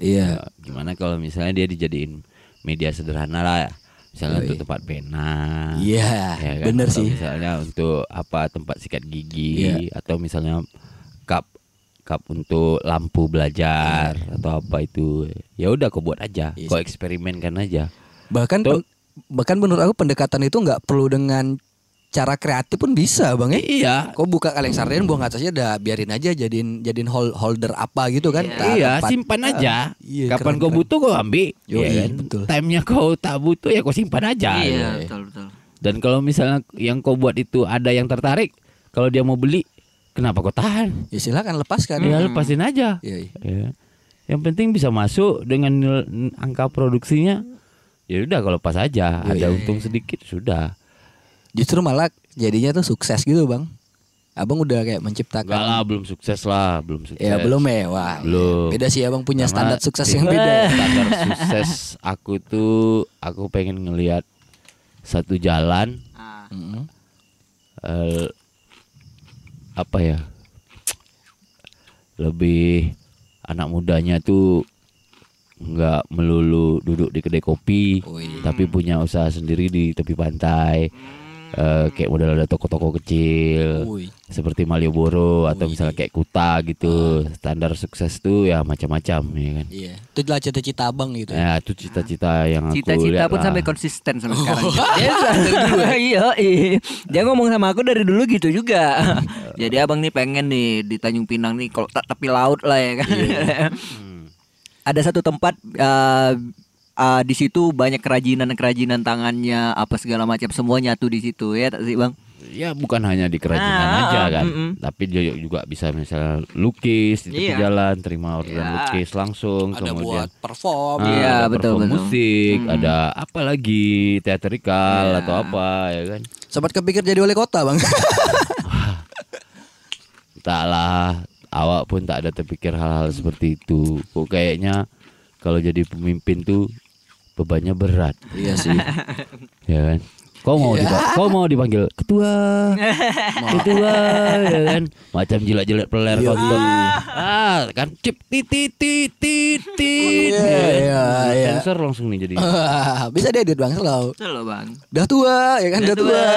S2: iya
S3: Ya, gimana kalau misalnya dia dijadiin media sederhana lah ya. Misalnya
S2: Yoi.
S3: untuk tempat pena.
S1: Nah.
S2: iya
S3: ya kan?
S2: bener
S3: Atau
S2: sih
S3: Misalnya untuk apa tempat sikat gigi
S2: Iya.
S3: atau misalnya cup cup untuk lampu belajar atau apa itu. Ya udah kau buat aja,
S2: Iya
S3: kau eksperimenkan aja.
S2: bahkan
S3: Tuh.
S2: pen- bahkan menurut aku pendekatan itu nggak perlu dengan cara kreatif pun bisa bang ya.
S3: Iya.
S2: Kau buka kaleng sarden buang atasnya udah biarin aja jadiin jadiin hol- holder apa gitu kan. Tak
S3: Iya,
S2: tempat.
S3: simpan aja.
S2: Iya,
S3: Kapan
S2: keren,
S3: kau
S2: keren.
S3: butuh kau ambil.
S2: Yoi,
S3: ya kan?
S2: betul.
S3: Time-nya kau tak butuh ya kau simpan aja.
S1: iya, betul betul.
S3: Dan kalau misalnya yang kau buat itu ada yang tertarik, kalau dia mau beli, kenapa kau tahan?
S2: Ya silakan lepaskan.
S3: Ya lepasin aja.
S2: Iya, iya.
S3: Ya. Yang penting bisa masuk dengan nil- n- angka produksinya. Ya udah kalau pas aja,
S2: Iya,
S3: ada untung sedikit sudah.
S2: Justru malah jadinya tuh sukses gitu bang. Abang udah kayak menciptakan.
S3: Enggak lah, belum sukses lah, belum sukses.
S2: Ya belum ya, wah.
S3: Belum. Iya.
S2: Beda sih abang punya
S3: Karena
S2: standar sukses yang beda. ya.
S3: Standar sukses aku tuh aku pengen ngelihat satu jalan
S1: Ah.
S2: Mm.
S3: eh, apa ya? Lebih anak mudanya tuh nggak melulu duduk di kedai kopi,
S2: Oh iya.
S3: tapi punya usaha sendiri di tepi pantai. Eh, kayak model ada toko-toko kecil
S2: Woi.
S3: seperti Malioboro atau misalnya kayak Kuta gitu.
S1: Ah.
S3: Standar sukses tuh ya macam-macam ya kan.
S2: Iya. Itulah cita-cita abang gitu. ya.
S3: Ya, itu cita-cita yang aku
S1: Cita-cita
S3: lihat
S1: pun
S2: ah.
S3: lah.
S1: sampai konsisten sampai
S2: Oh.
S1: sekarang. Dia sadar- Iya, iya. Dia ngomong sama aku dari dulu gitu juga. Jadi abang nih pengen nih di Tanjung Pinang nih kalau tak tepi laut lah ya kan.
S2: Iya.
S1: Ada satu tempat eh, eh, di situ banyak kerajinan-kerajinan tangannya apa segala macam semua nyatu di situ ya tak sih bang?
S3: Ya bukan hanya di kerajinan
S1: Ah,
S3: aja kan,
S1: mm-mm.
S3: tapi dia juga bisa misalnya lukis di tepi
S1: Iya.
S3: jalan, terima orderan
S1: Iya.
S3: lukis langsung,
S2: Ada
S3: kemudian
S2: buat perform.
S3: Ah,
S1: Iya,
S3: ada
S1: betul,
S3: perform
S1: betul.
S3: musik,
S1: Mm-mm.
S3: ada apa lagi teatrikal
S1: Iya.
S3: atau apa ya kan?
S2: Sempat kepikir jadi wali kota bang.
S3: Entahlah, awak pun tak ada terpikir hal-hal seperti itu. Kok kayaknya kalau jadi pemimpin tuh bebannya berat,
S2: iya sih.
S3: ya kan? Kau mau
S2: Iya.
S3: dipa- kau mau dipanggil ketua, ketua, ya kan? Macam jilat-jilat peler
S2: Iya.
S3: kontol. Ah, kan cip titit titit titit.
S2: Iya,
S3: ya kan?
S2: iya, iya.
S3: Sensor langsung nih jadi.
S2: Bisa diedit bang selalu.
S1: Betul loh bang.
S2: Udah tua ya kan udah
S1: Udah
S2: tua.
S1: tua.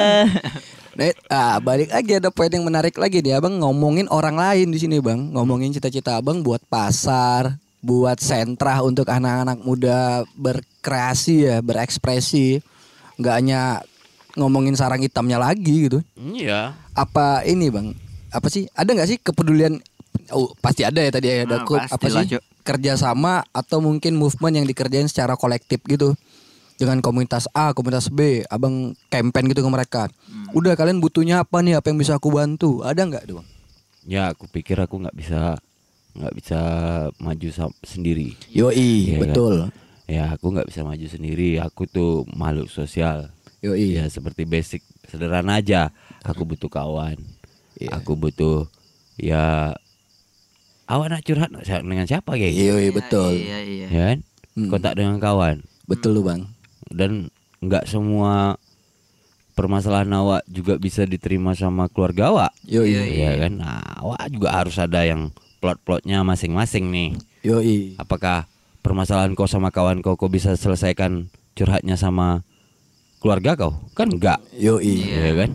S2: Nah, ah, balik lagi ada poin yang menarik lagi nih abang ngomongin orang lain di sini bang ngomongin cita-cita abang buat pasar buat sentra untuk anak-anak muda berkreasi ya berekspresi nggak hanya ngomongin sarang hitamnya lagi gitu
S3: Iya.
S2: apa ini bang apa sih ada nggak sih kepedulian oh, pasti ada ya tadi ya
S1: Ah,
S2: ada ko- apa
S1: pastilah,
S2: sih
S1: Cuk.
S2: kerjasama atau mungkin movement yang dikerjain secara kolektif gitu dengan komunitas A komunitas B abang campaign gitu ke mereka
S1: Hmm.
S2: udah kalian butuhnya apa nih apa yang bisa aku bantu ada nggak tuh bang
S3: Ya, aku pikir aku nggak bisa nggak bisa maju sam- sendiri.
S2: yoi
S3: Iya,
S2: betul
S3: Ya, aku nggak bisa maju sendiri. Aku tuh makhluk sosial.
S2: yoi
S3: Ya seperti basic sederhana aja. Aku butuh kawan. Aku butuh ya awak nak curhat nak curhat dengan siapa kayak gitu,
S2: yoi betul
S1: Iya iya.
S3: ya kan?
S2: Hmm.
S3: Kontak dengan kawan
S2: betul lu bang
S3: dan nggak semua permasalahan awak juga bisa diterima sama keluarga awak.
S1: Iya,
S2: yoi
S3: Ya kan? Nah, awak juga harus ada yang plot-plotnya masing-masing nih.
S2: yoi
S3: Apakah permasalahan kau sama kawan kau kau bisa selesaikan curhatnya sama keluarga kau? Kan enggak.
S2: yoi
S3: Iya kan?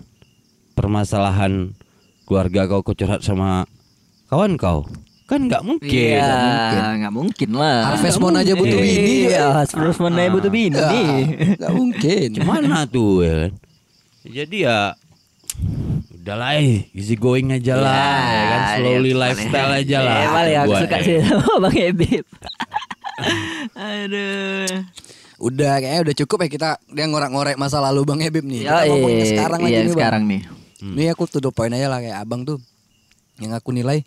S3: Permasalahan keluarga kau kau curhat sama kawan kau. Kan nggak mungkin.
S1: Iya, nggak mungkin lah.
S2: Harvest Moon aja butuh bini,
S1: Iya, Harvest Moon aja butuh bini.
S2: Ah, nggak mungkin
S3: Gimana tuh ya kan? Jadi ya udah lah eh, easy going aja lah
S1: Iya,
S3: ya kan slowly lifestyle aja lah.
S1: Ya, paling aku
S3: Buat,
S1: suka
S3: eh,
S1: sih sama Bang Ebib. Aduh.
S2: Udah kayaknya udah cukup ya kita dia ngorek-ngorek masa lalu Bang Ebib nih. Kita
S1: Yoi,
S2: ngomongin sekarang lagi
S1: iya,
S2: nih
S1: sekarang
S2: Bang.
S1: nih.
S2: Ini Hmm. aku to the point aja lah kayak Abang tuh yang aku nilai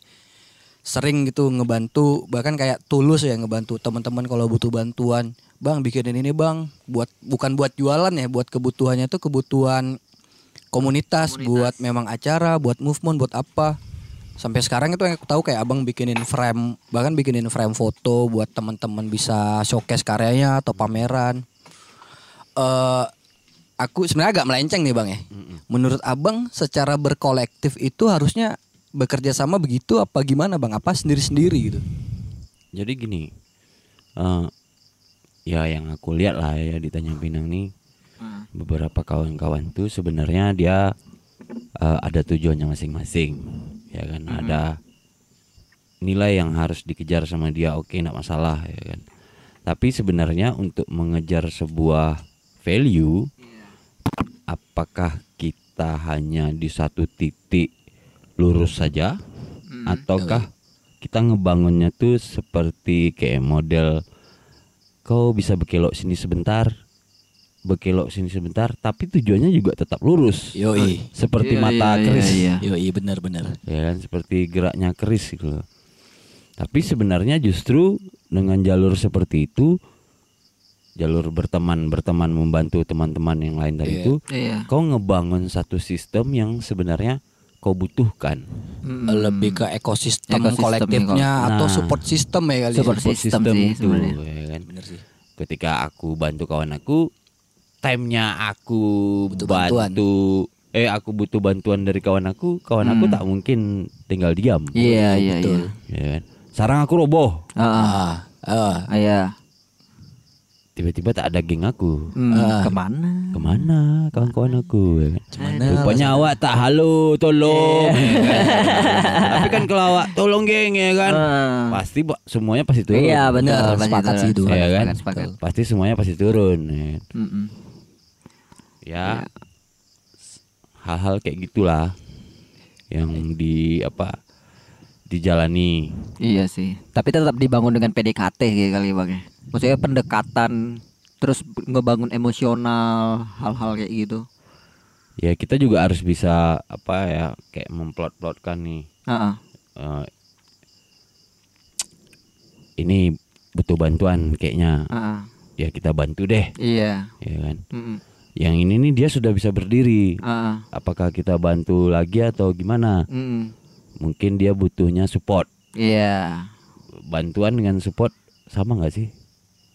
S2: sering gitu ngebantu bahkan kayak tulus ya ngebantu teman-teman kalau butuh bantuan. Bang bikinin ini Bang buat bukan buat jualan ya buat kebutuhannya tuh kebutuhan komunitas, buat memang acara, buat movement, buat apa. Sampai sekarang itu yang aku tahu kayak Abang bikinin frame, bahkan bikinin frame foto buat teman-teman bisa showcase karyanya atau pameran eh aku sebenarnya agak melenceng nih bang ya. Menurut abang secara berkolektif itu harusnya bekerja sama begitu apa gimana bang? Apa sendiri-sendiri gitu?
S3: Jadi gini. eh, ya yang aku lihat lah ya di Tanjung Pinang nih
S1: Hmm.
S3: beberapa kawan-kawan tuh sebenarnya dia eh, ada tujuannya masing-masing ya kan
S1: Hmm.
S3: ada nilai yang harus dikejar sama dia oke enggak masalah ya kan tapi sebenarnya untuk mengejar sebuah value apakah kita kita hanya di satu titik
S1: Hmm.
S3: lurus saja ataukah kita ngebangunnya tuh seperti kayak model kau bisa berkelok sini sebentar berkelok sini sebentar tapi tujuannya juga tetap lurus
S2: Yoi.
S3: seperti
S1: Iya,
S3: mata
S1: iya,
S3: keris
S1: iya,
S2: Yoi benar-benar.
S3: ya kan seperti geraknya keris gitu loh. Tapi sebenarnya justru dengan jalur seperti itu jalur berteman berteman membantu teman-teman yang lain dari
S2: Iya.
S3: itu
S1: Iya.
S3: kau ngebangun satu sistem yang sebenarnya kau butuhkan
S1: Mm.
S2: Lebih ke ekosistem,
S1: Ekosistem,
S2: kolektifnya
S3: ekosistem.
S2: atau
S3: Nah.
S2: support system ya kali.
S1: Support
S2: ya?
S3: Support
S1: system sih
S3: itu
S1: sebenarnya.
S3: ya kan
S2: Bener sih.
S3: ketika aku bantu kawan aku timenya aku
S2: Butuh
S3: bantu
S2: bantuan.
S3: eh aku butuh bantuan dari kawan aku kawan aku tak mungkin tinggal diam
S1: Iya, iya, iya.
S2: Betul.
S3: ya kan? sarang aku roboh
S1: Ah,
S2: Ah, ah,
S1: ah, iya.
S3: tiba-tiba tak ada geng aku
S1: Hmm, kemana?
S3: kemana kawan-kawan aku ya kan?
S2: Kemana?
S3: rupanya awak tak halo tolong ya
S1: Eh.
S3: kan? tapi kan kalau awak tolong geng ya kan
S1: Ah.
S3: pasti ba- semuanya pasti turun
S1: Iya,
S2: Benar,
S1: benar. pasti
S2: sepakat sih itu.
S1: Sepakat,
S3: ya kan
S1: sepakat, sepakat.
S3: pasti semuanya pasti turun ya, kan?
S1: Mm-mm. Iya.
S3: Ya, s- hal-hal kayak gitulah yang di apa dijalani
S1: Iya sih. Tapi tetap dibangun dengan PDKT gitu kali bang. ya. Maksudnya pendekatan terus b- ngebangun emosional hal-hal kayak gitu.
S3: ya kita juga harus bisa apa ya kayak memplot-plotkan nih
S1: Heeh.
S3: eh, ini butuh bantuan kayaknya
S1: Heeh.
S3: ya kita bantu deh
S1: Iya.
S3: ya kan
S1: Mm-mm.
S3: yang ini nih dia sudah bisa berdiri
S1: Heeh.
S3: apakah kita bantu lagi atau gimana
S1: Mm-mm.
S3: mungkin dia butuhnya support
S1: Iya.
S3: bantuan dengan support sama nggak sih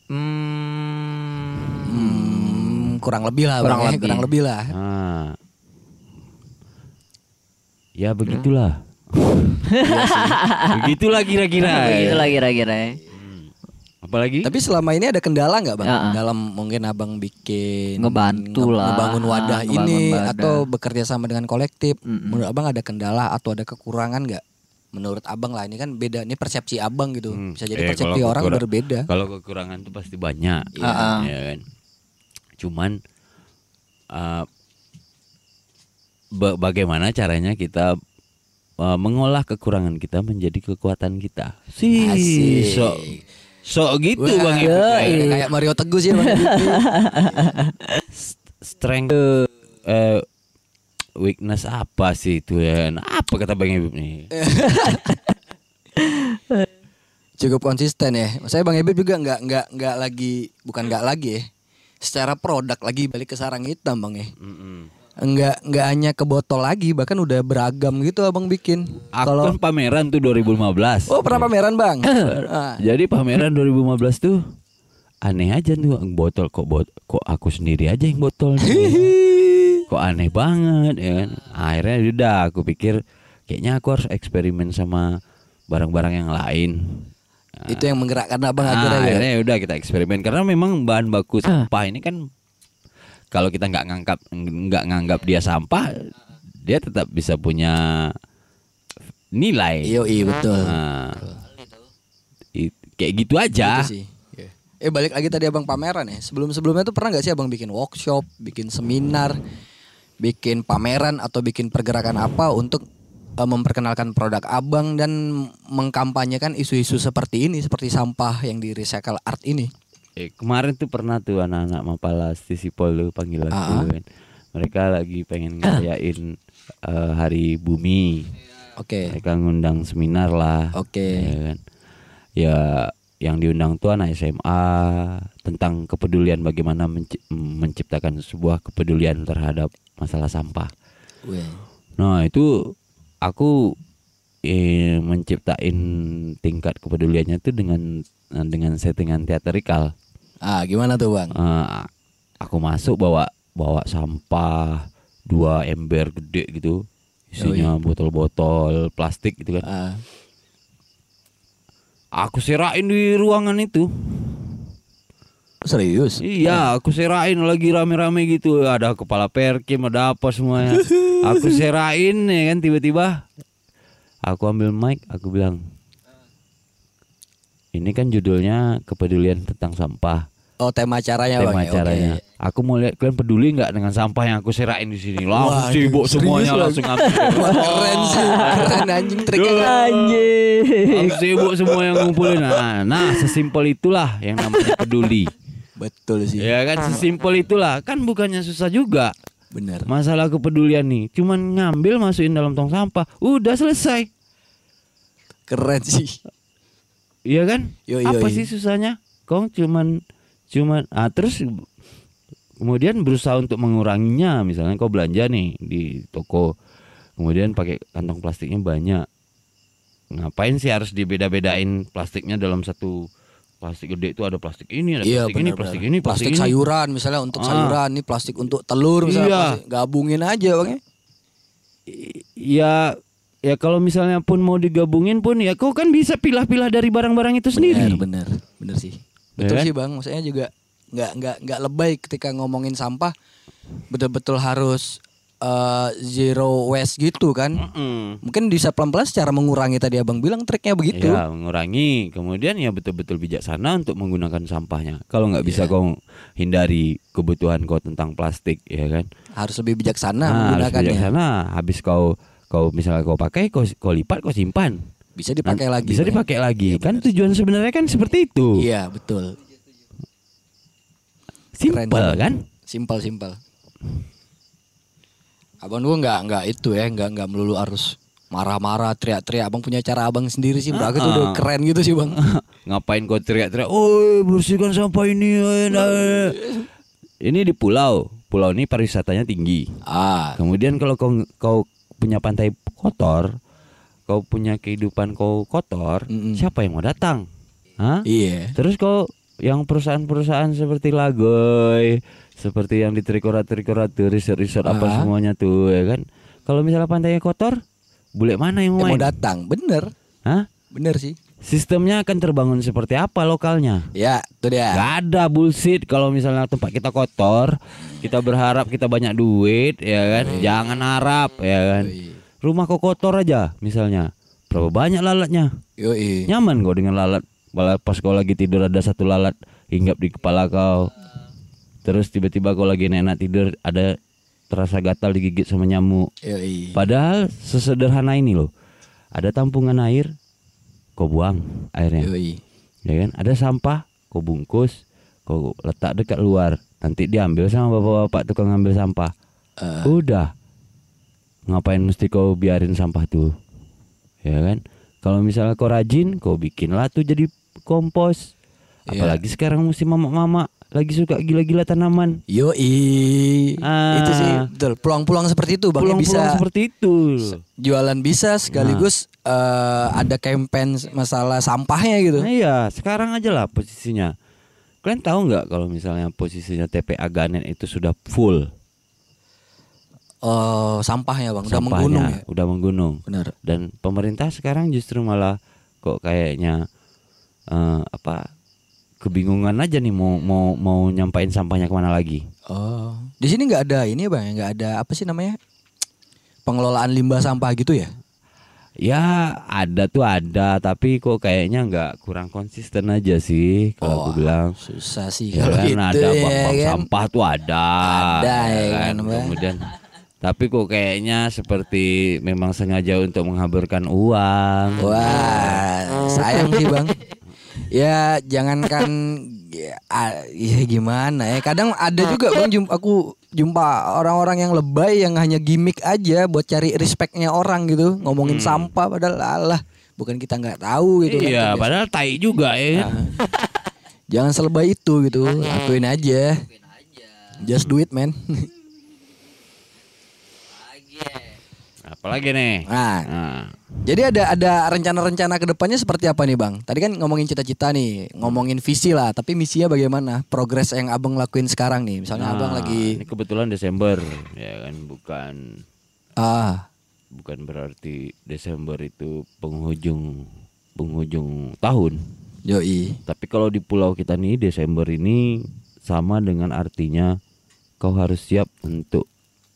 S1: Hmm.
S2: Hmm, kurang lebih lah,
S1: Kurang
S2: Bang, ya.
S1: lebih.
S2: kurang lebih lah.
S3: nah ya begitulah begitulah kira-kira
S1: Begitu lagi kira-kira ya.
S3: apalagi
S2: Tapi selama ini ada kendala nggak bang
S1: Ya, ah.
S2: dalam mungkin abang bikin
S1: Ngebantu
S2: nge-
S1: lah.
S2: ngebangun wadah
S1: Ngebangun
S2: ini
S1: wadah.
S2: atau bekerja sama dengan kolektif?
S1: Mm-mm.
S2: Menurut abang ada kendala atau ada kekurangan nggak? Menurut abang lah ini kan beda ini persepsi abang gitu
S3: Hmm.
S2: bisa jadi
S3: Eh,
S2: persepsi
S3: kalau
S2: orang
S3: kekurang-
S2: berbeda.
S3: Kalau kekurangan itu pasti banyak.
S1: Iya. Ah, ah.
S3: ya kan? Cuman eh, ba- bagaimana caranya kita eh, mengolah kekurangan kita menjadi kekuatan kita? Sih,
S2: Asik.
S3: sok sok gitu
S2: Wah,
S3: Bang. Ibu.
S2: kayak, kayak Mario Teguh sih bang.
S3: Strength eh, weakness apa sih itu ya? Nah, Apa kata Bang Ibu nih?
S2: Eh, Cukup konsisten ya. Saya bang Ebit juga nggak nggak nggak lagi bukan nggak lagi ya. Secara produk lagi balik ke sarang hitam bang ya.
S3: Mm-mm.
S2: Enggak enggak hanya ke botol lagi bahkan udah beragam gitu abang bikin.
S3: Aku kan pameran tuh 2015.
S2: Oh pernah pameran bang? Ah,
S3: Jadi pameran 2015 tuh aneh aja tuh botol kok bot kok aku sendiri aja yang botol ya. kok aneh banget ya kan akhirnya udah aku pikir kayaknya aku harus eksperimen sama barang-barang yang lain
S2: itu yang menggerakkan abang
S3: Nah,
S2: akhirnya ya. Ah.
S3: akhirnya udah kita eksperimen karena memang bahan baku sampah ini kan kalau kita nggak nganggap nggak nganggap dia sampah dia tetap bisa punya nilai
S2: Yoi, betul.
S3: Nah, it- kayak gitu aja.
S2: Itu sih. Iya. Eh balik lagi tadi abang pameran ya. Sebelum sebelumnya tuh pernah nggak sih abang bikin workshop, bikin seminar, bikin pameran atau bikin pergerakan apa untuk eh, memperkenalkan produk abang dan mengkampanyekan isu-isu seperti ini, seperti sampah yang di recycle art ini.
S3: Eh, kemarin tuh pernah tuh anak-anak Mapala Stisipol tuh panggil aku
S2: Ah,
S3: kan. Mereka lagi pengen ngerayain eh, hari bumi.
S2: Oke,
S3: Mereka ngundang seminar lah.
S2: Eh. oke.
S3: Ya kan? Ya, yang diundang tuh anak SMA tentang kepedulian bagaimana menci- menciptakan sebuah kepedulian terhadap masalah sampah.
S2: Weh.
S3: Nah itu aku eh, menciptain tingkat kepeduliannya itu dengan eh, dengan settingan teaterikal.
S2: Ah gimana tuh bang?
S3: Eh, aku masuk bawa bawa sampah dua ember gede gitu isinya botol-botol plastik gitu kan.
S2: Ah,
S3: Aku serain di ruangan itu.
S2: serius?
S3: Iya, aku serain lagi rame-rame gitu. Ada kepala perkim, ada apa semuanya. aku serain ya kan tiba-tiba aku ambil mic, aku bilang ini kan judulnya kepedulian tentang sampah.
S2: oh tema acaranya
S3: tema
S2: bang ya, oke.
S3: acaranya. Aku mau lihat kalian peduli nggak dengan sampah yang aku serain di sini. Langsung
S2: Waduh,
S3: sibuk
S2: serius
S3: semuanya
S2: lu?
S3: langsung ambil.
S2: Wah, keren sih
S3: Oh.
S2: keren anjing triknya
S1: Anjing.
S3: Langsung sibuk semua yang ngumpulin. Nah, nah, sesimpel itulah yang namanya peduli.
S2: betul sih
S3: ya kan sesimpel itulah. Kan bukannya susah juga.
S2: bener
S3: Masalah kepedulian nih, cuman ngambil masukin dalam tong sampah, udah selesai.
S2: keren sih
S3: Iya kan?
S2: Yoi,
S3: Apa
S2: yoi.
S3: sih susahnya? Kong cuman cuman ah terus kemudian berusaha untuk menguranginya. Misalnya kau belanja nih di toko. Kemudian pakai kantong plastiknya banyak. Ngapain sih harus dibeda-bedain plastiknya dalam satu plastik gede itu ada plastik ini, ada
S2: Iya
S3: plastik ini,
S2: benar-benar.
S3: plastik ini, plastik,
S2: plastik
S3: ini.
S2: sayuran misalnya untuk
S3: Ah.
S2: sayuran ini plastik untuk telur misalnya
S3: Iya.
S2: plastik. gabungin aja bang ya.
S3: I- Ya ya kalau misalnya pun mau digabungin pun ya kau kan bisa pilah-pilah dari barang-barang itu
S2: Bener
S3: sendiri.
S2: bener bener sih.
S3: Ya
S2: Betul
S3: kan?
S2: sih bang. Maksudnya juga nggak nggak nggak lebay ketika ngomongin sampah. Betul-betul harus eh, zero waste gitu kan.
S3: Mm-mm.
S2: Mungkin bisa pelan-pelan secara mengurangi tadi abang bilang triknya begitu.
S3: Ya, mengurangi. Kemudian ya betul-betul bijaksana untuk menggunakan sampahnya. Kalau nggak
S2: Ya.
S3: bisa kau hindari kebutuhan kau tentang plastik, ya kan?
S2: Harus lebih bijaksana
S3: Nah, harus
S2: menggunakannya.
S3: bijaksana. Habis kau kau misalnya kau pakai, kau, kau lipat, kau simpan.
S2: Bisa dipakai
S3: Nah,
S2: lagi.
S3: Bisa
S2: Bang.
S3: dipakai lagi.
S2: Iya,
S3: kan
S2: benar.
S3: tujuan sebenarnya kan seperti itu.
S2: Iya betul.
S3: Simpel
S2: Keren sih.
S3: kan?
S2: Simpel simpel. Abang gua nggak nggak itu ya nggak nggak melulu harus marah-marah teriak-teriak. Abang punya cara abang sendiri sih. Berarti tuh
S3: Ah.
S2: udah keren gitu sih bang.
S3: Ngapain kau teriak-teriak, "Oi, bersihkan sampah ini." oi, nah, eh." Ini di pulau. Pulau ini pariwisatanya tinggi.
S2: Ah
S3: Kemudian kalau kau kau punya pantai kotor, kau punya kehidupan kau kotor,
S2: Mm-mm.
S3: siapa yang mau datang? Hah?
S2: iya.
S3: Terus kau yang perusahaan-perusahaan seperti Lagoy, seperti yang di Trikora-Trikora tuh resort-resort apa
S2: Ah.
S3: semuanya tuh ya kan. Kalau misalnya pantainya kotor, bule mana yang
S2: Yang
S3: main?
S2: mau datang bener
S3: Hah?
S2: bener sih.
S3: Sistemnya akan terbangun seperti apa lokalnya?
S2: Ya itu dia.
S3: Gak ada bullshit kalau misalnya tempat kita kotor, kita berharap kita banyak duit, ya kan? Jangan harap, ya kan? Rumah kok kotor aja, misalnya. Berapa banyak lalatnya?
S2: Yoi.
S3: Nyaman kau dengan lalat. Malah pas kau lagi tidur ada satu lalat hinggap di kepala kau. Terus tiba-tiba kau lagi enak tidur ada terasa gatal digigit sama nyamuk.
S2: Yoi.
S3: Padahal sesederhana ini loh. Ada tampungan air, kau buang airnya
S2: Yoi.
S3: ya kan ada sampah kau bungkus kau letak dekat luar nanti diambil sama bapak-bapak tukang ngambil sampah
S2: Eh.
S3: udah ngapain mesti kau biarin sampah tuh ya kan kalau misalnya kau rajin kau bikinlah tuh jadi kompos
S2: Iya.
S3: apalagi sekarang musim mama-mama lagi suka gila-gila tanaman
S2: Yoi.
S3: Ah.
S2: Itu sih betul. Peluang-peluang seperti itu bang Ya, bisa
S3: pulang-pulang seperti Ah. itu
S2: jualan bisa sekaligus eh, ada campaign masalah sampahnya gitu.
S3: Nah, iya, sekarang aja lah posisinya. Kalian tahu nggak kalau misalnya posisinya TPA Ganen itu sudah full
S2: Oh sampahnya bang udah
S3: sampahnya,
S2: menggunung ya.
S3: udah menggunung.
S2: Benar.
S3: Dan pemerintah sekarang justru malah kok kayaknya eh, apa kebingungan aja nih mau mau mau nyampain sampahnya kemana lagi.
S2: Oh di sini nggak ada ini bang ya? nggak ada apa sih namanya pengelolaan limbah sampah gitu ya?
S3: Ya ada tuh ada, tapi kok kayaknya nggak kurang konsisten aja sih kalau aku
S2: Oh,
S3: bilang.
S2: Susah sih
S3: Ya
S2: kalau
S3: kan,
S2: gitu
S3: ada
S2: ya
S3: bank bank
S2: kan?
S3: sampah tuh ada.
S2: Ada, ya kan, Bang?
S3: Kemudian tapi kok kayaknya seperti memang sengaja untuk menghaburkan uang.
S2: Wah, sayang sih bang. Ya jangankan ya, ah, ya gimana ya. Kadang ada juga bang, jum- aku jumpa orang-orang yang lebay yang hanya gimmick aja buat cari respectnya orang gitu, ngomongin sampah padahal alah bukan kita nggak tahu gitu. kan.
S3: Hmm.
S2: Ah.
S3: iya, padahal tai juga ya. kan?
S2: Jangan selebay itu gitu, lakuin aja. Just do it man.
S3: Apalagi nih.
S2: Nah,
S3: Nah,
S2: Jadi ada ada rencana-rencana kedepannya seperti apa nih bang? Tadi kan ngomongin cita-cita nih, ngomongin visi lah. Tapi misinya bagaimana? Progres yang abang lakuin sekarang nih, misalnya abang
S3: nah,
S2: lagi
S3: ini kebetulan Desember ya kan bukan
S2: ah
S3: bukan berarti Desember itu penghujung penghujung tahun.
S2: yoi
S3: Tapi kalau di pulau kita nih Desember ini sama dengan artinya kau harus siap untuk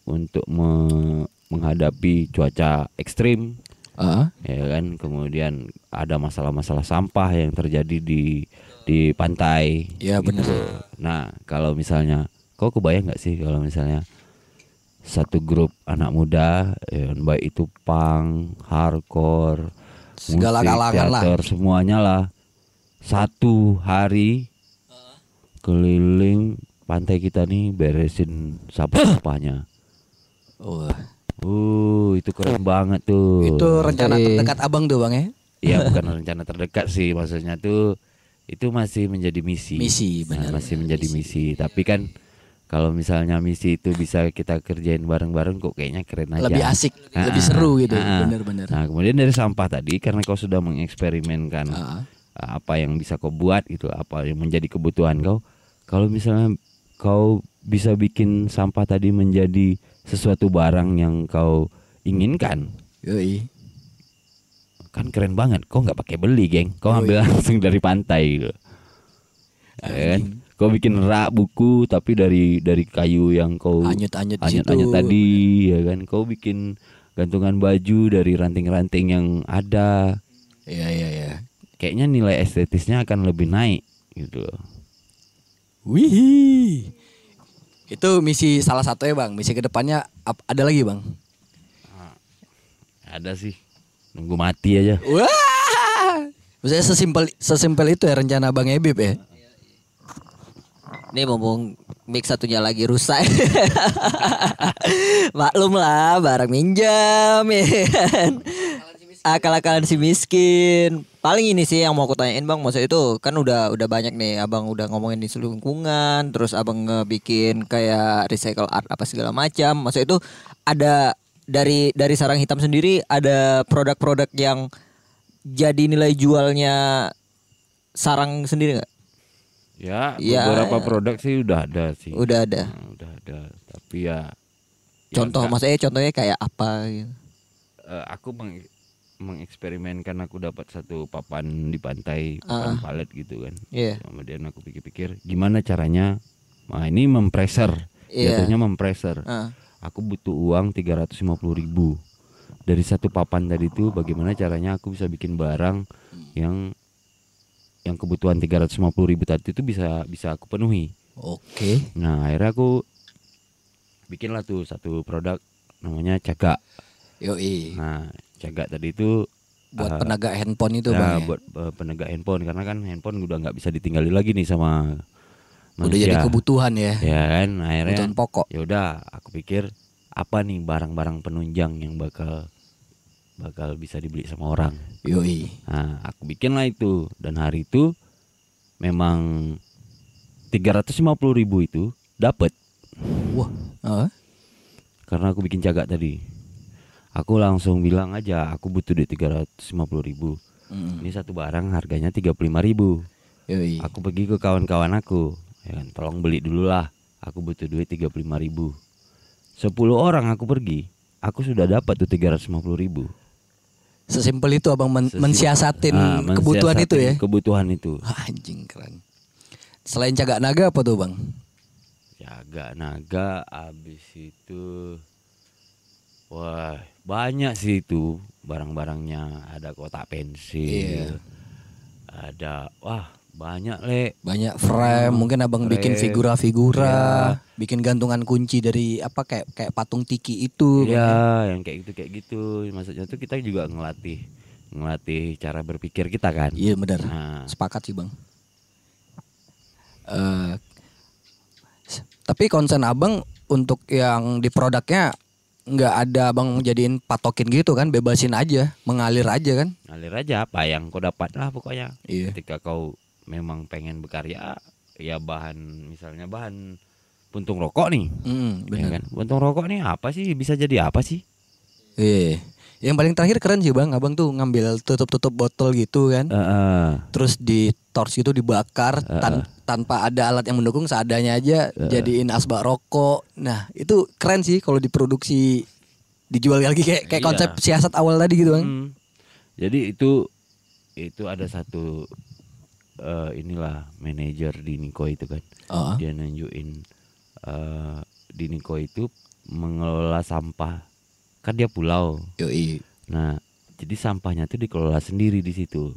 S3: untuk me- menghadapi cuaca ekstrim,
S2: ah
S3: ya kan. Kemudian ada masalah-masalah sampah yang terjadi di di pantai.
S2: Iya, bener.
S3: Nah kalau misalnya, kau kebayang nggak sih kalau misalnya satu grup anak muda, yang baik itu punk, hardcore,
S2: Segala
S3: musik,
S2: kalangan lah.
S3: teater, semuanya lah, satu hari keliling pantai kita nih beresin sampah-sampahnya.
S2: Oh.
S3: Uh, itu keren banget tuh.
S2: Itu rencana
S1: Jadi-
S2: terdekat abang tuh bang ya?
S3: Ya bukan rencana terdekat sih maksudnya tuh itu masih menjadi misi.
S2: Misi,
S3: Nah,
S2: benar,
S3: masih
S2: benar,
S3: menjadi misi. Tapi kan kalau misalnya misi itu bisa kita kerjain bareng-bareng kok kayaknya keren aja.
S2: Lebih asik,
S3: Ah,
S2: lebih
S3: ah,
S2: seru gitu.
S3: ah, ah.
S2: Bener-bener.
S3: Nah, kemudian dari sampah tadi karena kau sudah mengeksperimenkan
S2: Ah.
S3: apa yang bisa kau buat gitu, apa yang menjadi kebutuhan kau. Kalau misalnya kau bisa bikin sampah tadi menjadi sesuatu barang yang kau inginkan,
S2: Yoi.
S3: kan keren banget kok nggak pakai beli geng
S1: Oh,
S3: kok
S1: iya.
S3: ambil langsung dari pantai gitu
S1: Ah,
S3: Ya kan
S1: iya.
S3: kau bikin rak buku tapi dari dari kayu yang kau
S2: Anyut-anyut di
S3: anyut
S2: situ.
S3: tadi
S1: iya.
S3: ya kan kau bikin gantungan baju dari ranting-ranting yang ada
S2: Iya iya iya.
S3: kayaknya nilai estetisnya akan lebih naik gitu loh
S2: Wih. Itu misi salah satu ya bang. Misi kedepannya ap- ada lagi bang.
S3: ada sih nunggu mati aja
S2: Wah. Maksudnya sesimpel sesimpel itu ya rencana bang Ebib ya.
S1: Nih mumpung mic satunya lagi rusak. Maklum lah, barang minjam ya. kan. Akal-akalan si miskin. Paling ini sih yang mau aku tanyain Bang, maksud itu kan udah udah banyak nih Abang udah ngomongin di lingkungan, terus Abang ngebikin kayak recycle art apa segala macam. Maksud itu ada dari dari sarang hitam sendiri ada produk-produk yang jadi nilai jualnya sarang sendiri nggak?
S3: ya
S1: Ya.
S3: beberapa produk sih udah ada sih
S1: Udah ada.
S3: Nah, udah ada tapi ya
S2: Iya,
S3: ya
S1: Contoh
S3: nggak-
S1: maksudnya contohnya kayak apa gitu.
S3: eh, aku meng mengeksperimenkan aku dapat satu papan di pantai papan palet gitu kan
S1: Ah. Iya.
S3: kemudian aku pikir-pikir gimana caranya nah ini mempreser
S1: Iya.
S3: jatuhnya mempreser
S1: Ah.
S3: aku butuh uang 350.000 ribu dari satu papan tadi itu bagaimana caranya aku bisa bikin barang yang yang kebutuhan 350.000 ribu tadi itu bisa bisa aku penuhi
S2: Oke.
S3: nah akhirnya aku bikinlah tuh satu produk namanya cagak
S2: Yoi.
S3: Nah, cagak tadi itu
S2: Buat
S3: eh,
S2: penegak handphone itu
S3: ya,
S2: bang. ya?
S3: buat eh, penegak handphone karena kan handphone udah nggak bisa ditinggali lagi nih sama
S2: Udah jadi
S3: manusia.
S2: kebutuhan ya.
S3: Ya kan, akhirnya
S2: Kebutuhan pokok.
S3: ya udah aku pikir apa nih barang-barang penunjang yang bakal bakal bisa dibeli sama orang.
S2: Yoi.
S3: Nah, aku bikin lah itu dan hari itu memang 350.000 itu dapat
S2: Wah. ah.
S3: karena aku bikin cagak tadi. Aku langsung bilang aja aku butuh duit 350.000
S2: Mm.
S3: Ini satu barang harganya 35.000.
S2: Yoi.
S3: Aku pergi ke kawan-kawan aku, ya kan, tolong beli dulu lah. Aku butuh duit 35.000. 10 orang aku pergi, aku sudah dapat tuh 350.000.
S2: Sesimpel itu abang men- mensiasatin
S3: Ah,
S2: kebutuhan itu ya.
S3: mensiasatin Kebutuhan itu.
S2: Wah, Anjing keren. Selain cagak naga apa tuh bang?
S3: Jaga Ya, naga habis itu Wah, banyak sih itu barang-barangnya. Ada kotak
S2: Iya.
S3: pensil. Ada wah, banyak, Le.
S2: Banyak frame, Iya. mungkin abang bikin
S3: frame.
S2: figura-figura, bikin gantungan kunci dari apa kayak kayak patung tiki itu. Bang, ya?
S3: Iya, yang kayak gitu kayak gitu. Maksudnya tuh kita juga ngelatih ngelatih cara berpikir kita kan.
S2: Iya benar.
S3: Nah.
S2: Sepakat sih bang. Eh, s- tapi concern abang untuk yang di produknya nggak ada abang jadiin patokin gitu kan, bebasin aja, mengalir aja kan.
S3: Ngalir aja apa yang kau dapat lah pokoknya.
S2: Iya.
S3: Ketika kau memang pengen berkarya, ya bahan misalnya bahan puntung rokok nih.
S2: Mm,
S3: Ya
S2: benar.
S3: kan? Puntung rokok nih apa sih? Bisa jadi apa sih?
S2: Iya. Yang paling terakhir keren sih bang, abang tuh ngambil tutup-tutup botol gitu kan.
S3: Heeh.
S2: terus di tors itu dibakar tan- tanpa ada alat yang mendukung seadanya aja jadiin asbak rokok. Nah, itu keren sih kalau diproduksi dijual lagi kayak kayak
S3: Iya.
S2: konsep siasat awal tadi gitu, Bang.
S3: Hmm. Jadi itu itu ada satu eh, inilah manajer di Niko itu kan.
S2: Oh.
S3: Dia nunjukin eh, di Niko itu mengelola sampah. Kan dia pulau.
S2: Yoi.
S3: Nah, jadi sampahnya tuh dikelola sendiri di situ.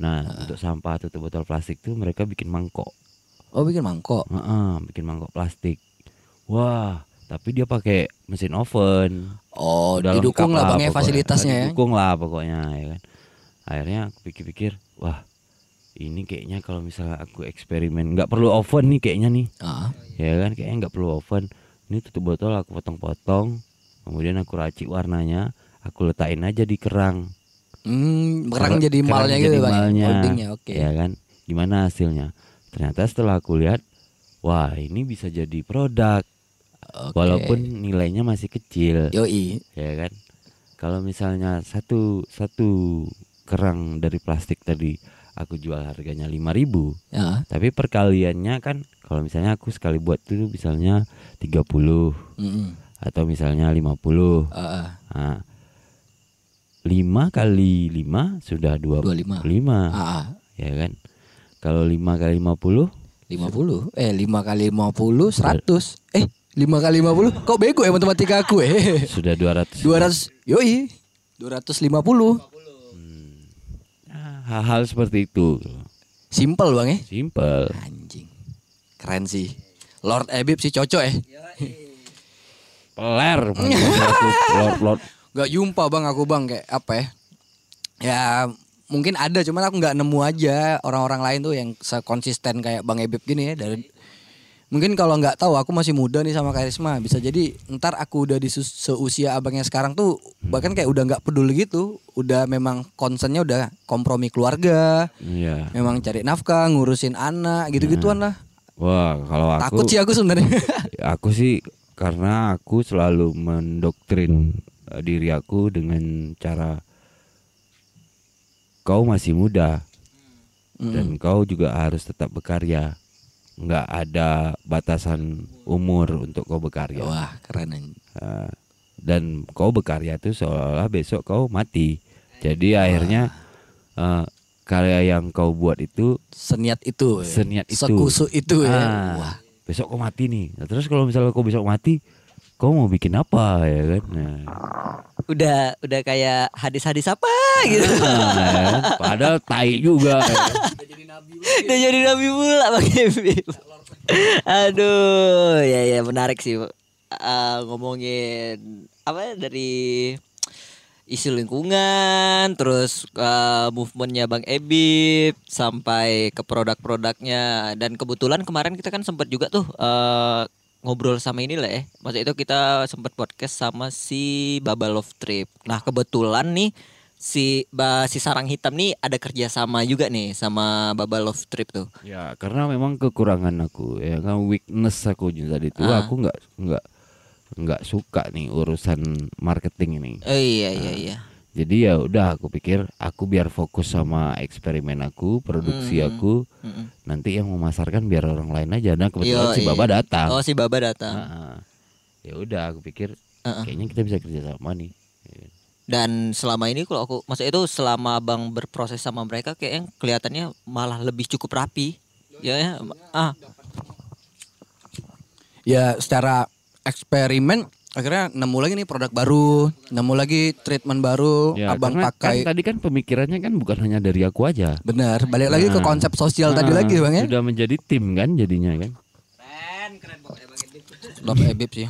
S3: Nah, untuk sampah atau botol plastik tuh mereka bikin mangkok.
S2: Oh bikin mangkok.
S3: Heeh, bikin mangkok plastik. Wah, tapi dia pakai mesin oven.
S2: Oh,
S3: Udah
S2: didukung
S3: lengkap
S2: lah bang ya
S3: pokoknya.
S2: fasilitasnya ya.
S3: Didukung lah pokoknya ya kan. Akhirnya aku pikir-pikir, wah ini kayaknya kalau misalnya aku eksperimen nggak perlu oven nih kayaknya nih,
S2: Ah,
S3: ya kan kayaknya nggak perlu oven. Ini tutup botol aku potong-potong, kemudian aku racik warnanya, aku letakin aja di kerang.
S2: Hmm, kerang jadi
S3: Kerang
S2: malnya
S3: jadi
S2: gitu bang. ya?
S3: malnya.
S2: Holdingnya oke.
S3: Ya kan, gimana hasilnya? Ternyata setelah aku lihat, wah ini bisa jadi produk,
S2: Oke.
S3: walaupun nilainya masih kecil
S2: yoi.
S3: ya kan kalau misalnya satu satu kerang dari plastik tadi aku jual harganya 5000
S2: Ya.
S3: tapi perkaliannya kan kalau misalnya aku sekali buat tuh misalnya 30
S2: Mm-mm.
S3: atau misalnya 50
S2: Ah, ah.
S3: nah, 5 kali 5 sudah 25
S2: 25. Ah, ah.
S3: ya kan kalau 5 kali 50
S2: 50 Eh 5 kali 50 100 Eh 5 kali 50 Kok bego ya matematika aku eh
S3: sudah 200
S2: 200 Yoi 250
S3: Nah, hal-hal seperti itu
S2: Simple bang eh
S3: simple
S2: Anjing Keren sih Lord Ebib sih cocok eh
S3: peler Lord, Lord.
S2: Gak jumpa bang aku bang Kayak apa ya Ya mungkin ada cuman aku nggak nemu aja orang-orang lain tuh yang sekonsisten kayak Bang Ebib gini ya dari mungkin kalau nggak tahu aku masih muda nih sama karisma bisa jadi ntar aku udah di sus- seusia abangnya sekarang tuh
S3: Hmm.
S2: bahkan kayak udah nggak peduli gitu udah memang concernnya udah kompromi keluarga
S3: Iya.
S2: memang cari nafkah ngurusin anak gitu-gituan lah
S3: Wah, kalau Hmm. aku
S2: takut sih aku sebenarnya
S3: aku sih karena aku selalu mendoktrin eh, diri aku dengan cara kau masih muda dan kau juga harus tetap berkarya. Nggak ada batasan umur untuk kau berkarya.
S2: wah keren anjing.
S3: Eh, dan kau berkarya tuh seolah-olah besok kau mati. Jadi akhirnya eh, karya yang kau buat itu
S2: seniat itu ya.
S3: Seniat itu.
S2: sekusu
S1: gitu
S2: itu ya
S3: Ah,
S2: wah
S3: Besok kau mati nih. Nah, terus kalau misalnya kau besok mati, kau mau bikin apa ya kan? Nah,
S1: Udah udah kayak hadis-hadis apa gitu.
S3: nah, ya kan? Padahal tai juga. ya kan?
S1: Udah jadi nabi pula Bang Ebib. Aduh, ya ya menarik sih. Eh, ngomongin apa ya, dari isu lingkungan, terus eh, movementnya Bang Ebib sampai ke produk-produknya dan kebetulan kemarin kita kan sempat juga tuh eh, ngobrol sama ini lah ya. Maksudnya itu kita sempat podcast sama si Baba Love Trip. Nah, kebetulan nih si ba, si sarang hitam nih ada kerjasama juga nih sama Baba Love Trip tuh.
S3: ya, karena memang kekurangan aku ya kan weakness aku juga tadi itu
S1: Ah.
S3: aku nggak nggak nggak suka nih urusan marketing ini.
S1: Oh iya iya iya.
S3: Jadi ya udah aku pikir aku biar fokus sama eksperimen aku, produksi
S1: Hmm.
S3: aku.
S1: Mm-mm.
S3: Nanti yang memasarkan biar orang lain aja. Nah,
S1: Yo,
S3: kebetulan si
S1: iya.
S3: Baba datang.
S1: Oh si Baba datang.
S3: Heeh. Ya udah aku pikir
S1: Heeh.
S3: kayaknya kita bisa kerja sama nih.
S1: Dan selama ini kalau aku maksudnya itu selama Abang berproses sama mereka kayaknya kelihatannya malah lebih cukup rapi. Ya ya. Ah,
S2: ya secara eksperimen akhirnya nemu lagi nih produk baru, nemu lagi treatment baru,
S3: Ya,
S2: Oh, abang
S3: karena
S2: pakai.
S3: kan tadi kan pemikirannya kan bukan hanya dari aku aja.
S2: Benar, balik lagi ke
S3: Nah.
S2: konsep sosial tadi
S3: Ah,
S2: lagi bang ya.
S3: Sudah menjadi tim kan jadinya kan.
S1: keren keren pokoknya Bang Edip.
S2: Lord Ebib sih.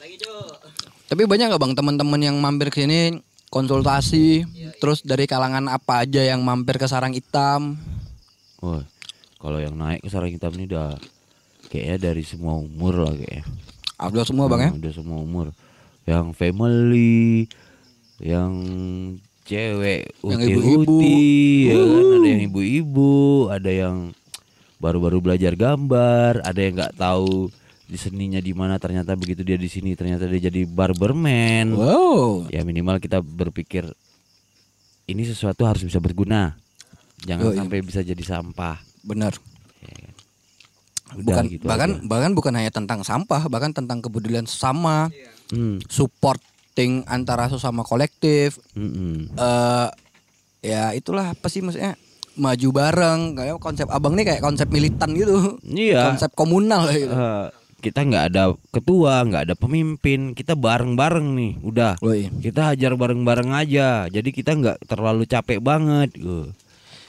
S1: Lagi Jo.
S2: Tapi banyak nggak bang teman-teman yang mampir ke sini konsultasi, terus dari kalangan apa aja yang mampir ke sarang hitam?
S3: Wah, kalau yang naik ke sarang hitam ini udah kayaknya dari semua umur lah kayaknya.
S2: Abdul semua bang ya.
S3: Nah, Udah semua umur. Yang family, yang cewek
S2: Yang ibu-ibu.
S3: uti-uti, ya kan? ada yang ibu-ibu, ada yang baru-baru belajar gambar, ada yang nggak tahu di seninya di mana ternyata begitu dia di sini ternyata dia jadi barberman.
S2: Wow.
S3: Ya minimal kita berpikir ini sesuatu harus bisa berguna. Jangan
S2: Oh, iya.
S3: sampai bisa jadi sampah.
S2: Benar.
S3: Udah
S2: Bukan
S3: gitu
S2: bahkan
S3: aja.
S2: bahkan bukan hanya tentang sampah, bahkan tentang kepedulian sesama,
S3: Hmm,
S2: supporting antara sesama kolektif,
S3: mm-mm.
S2: eh ya itulah apa sih maksudnya maju bareng kayak konsep abang nih kayak konsep militan gitu
S3: Iya.
S2: konsep komunal lah gitu
S3: Eh, kita nggak ada ketua nggak ada pemimpin kita bareng bareng nih udah
S2: Woi.
S3: kita hajar bareng bareng aja jadi kita nggak terlalu capek banget gitu.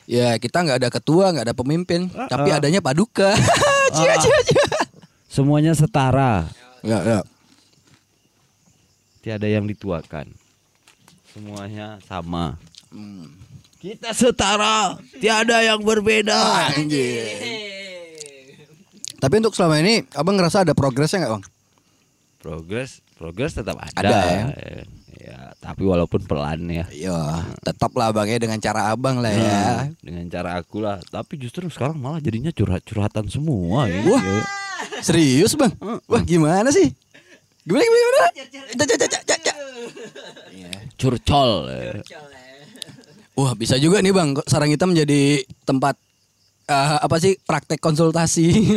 S2: Ya kita nggak ada ketua, nggak ada pemimpin,
S3: Ah,
S2: tapi
S3: ah.
S2: adanya paduka. cia cia cia.
S3: semuanya setara
S2: Ya, ya.
S3: tiada yang dituakan semuanya sama
S2: Hmm.
S3: kita setara tiada yang berbeda
S2: Anjir. Tapi untuk selama ini abang ngerasa ada progresnya nggak bang?
S3: progres progres tetap ada,
S2: Ada,
S3: ya. Ya, tapi walaupun pelan ya
S2: Iya, tetaplah abang ya dengan cara abang lah ya.
S3: Nah, dengan cara aku lah tapi justru sekarang malah jadinya curhat curhatan semua ya.
S2: Wah.
S3: Ya.
S2: Serius bang? Wah gimana sih? Gimana gimana gimana? Ca- ca- ca- ca- ca- ca.
S3: curcol ya.
S2: Wah bisa juga nih bang, sarang hitam menjadi tempat eh, apa sih praktek konsultasi?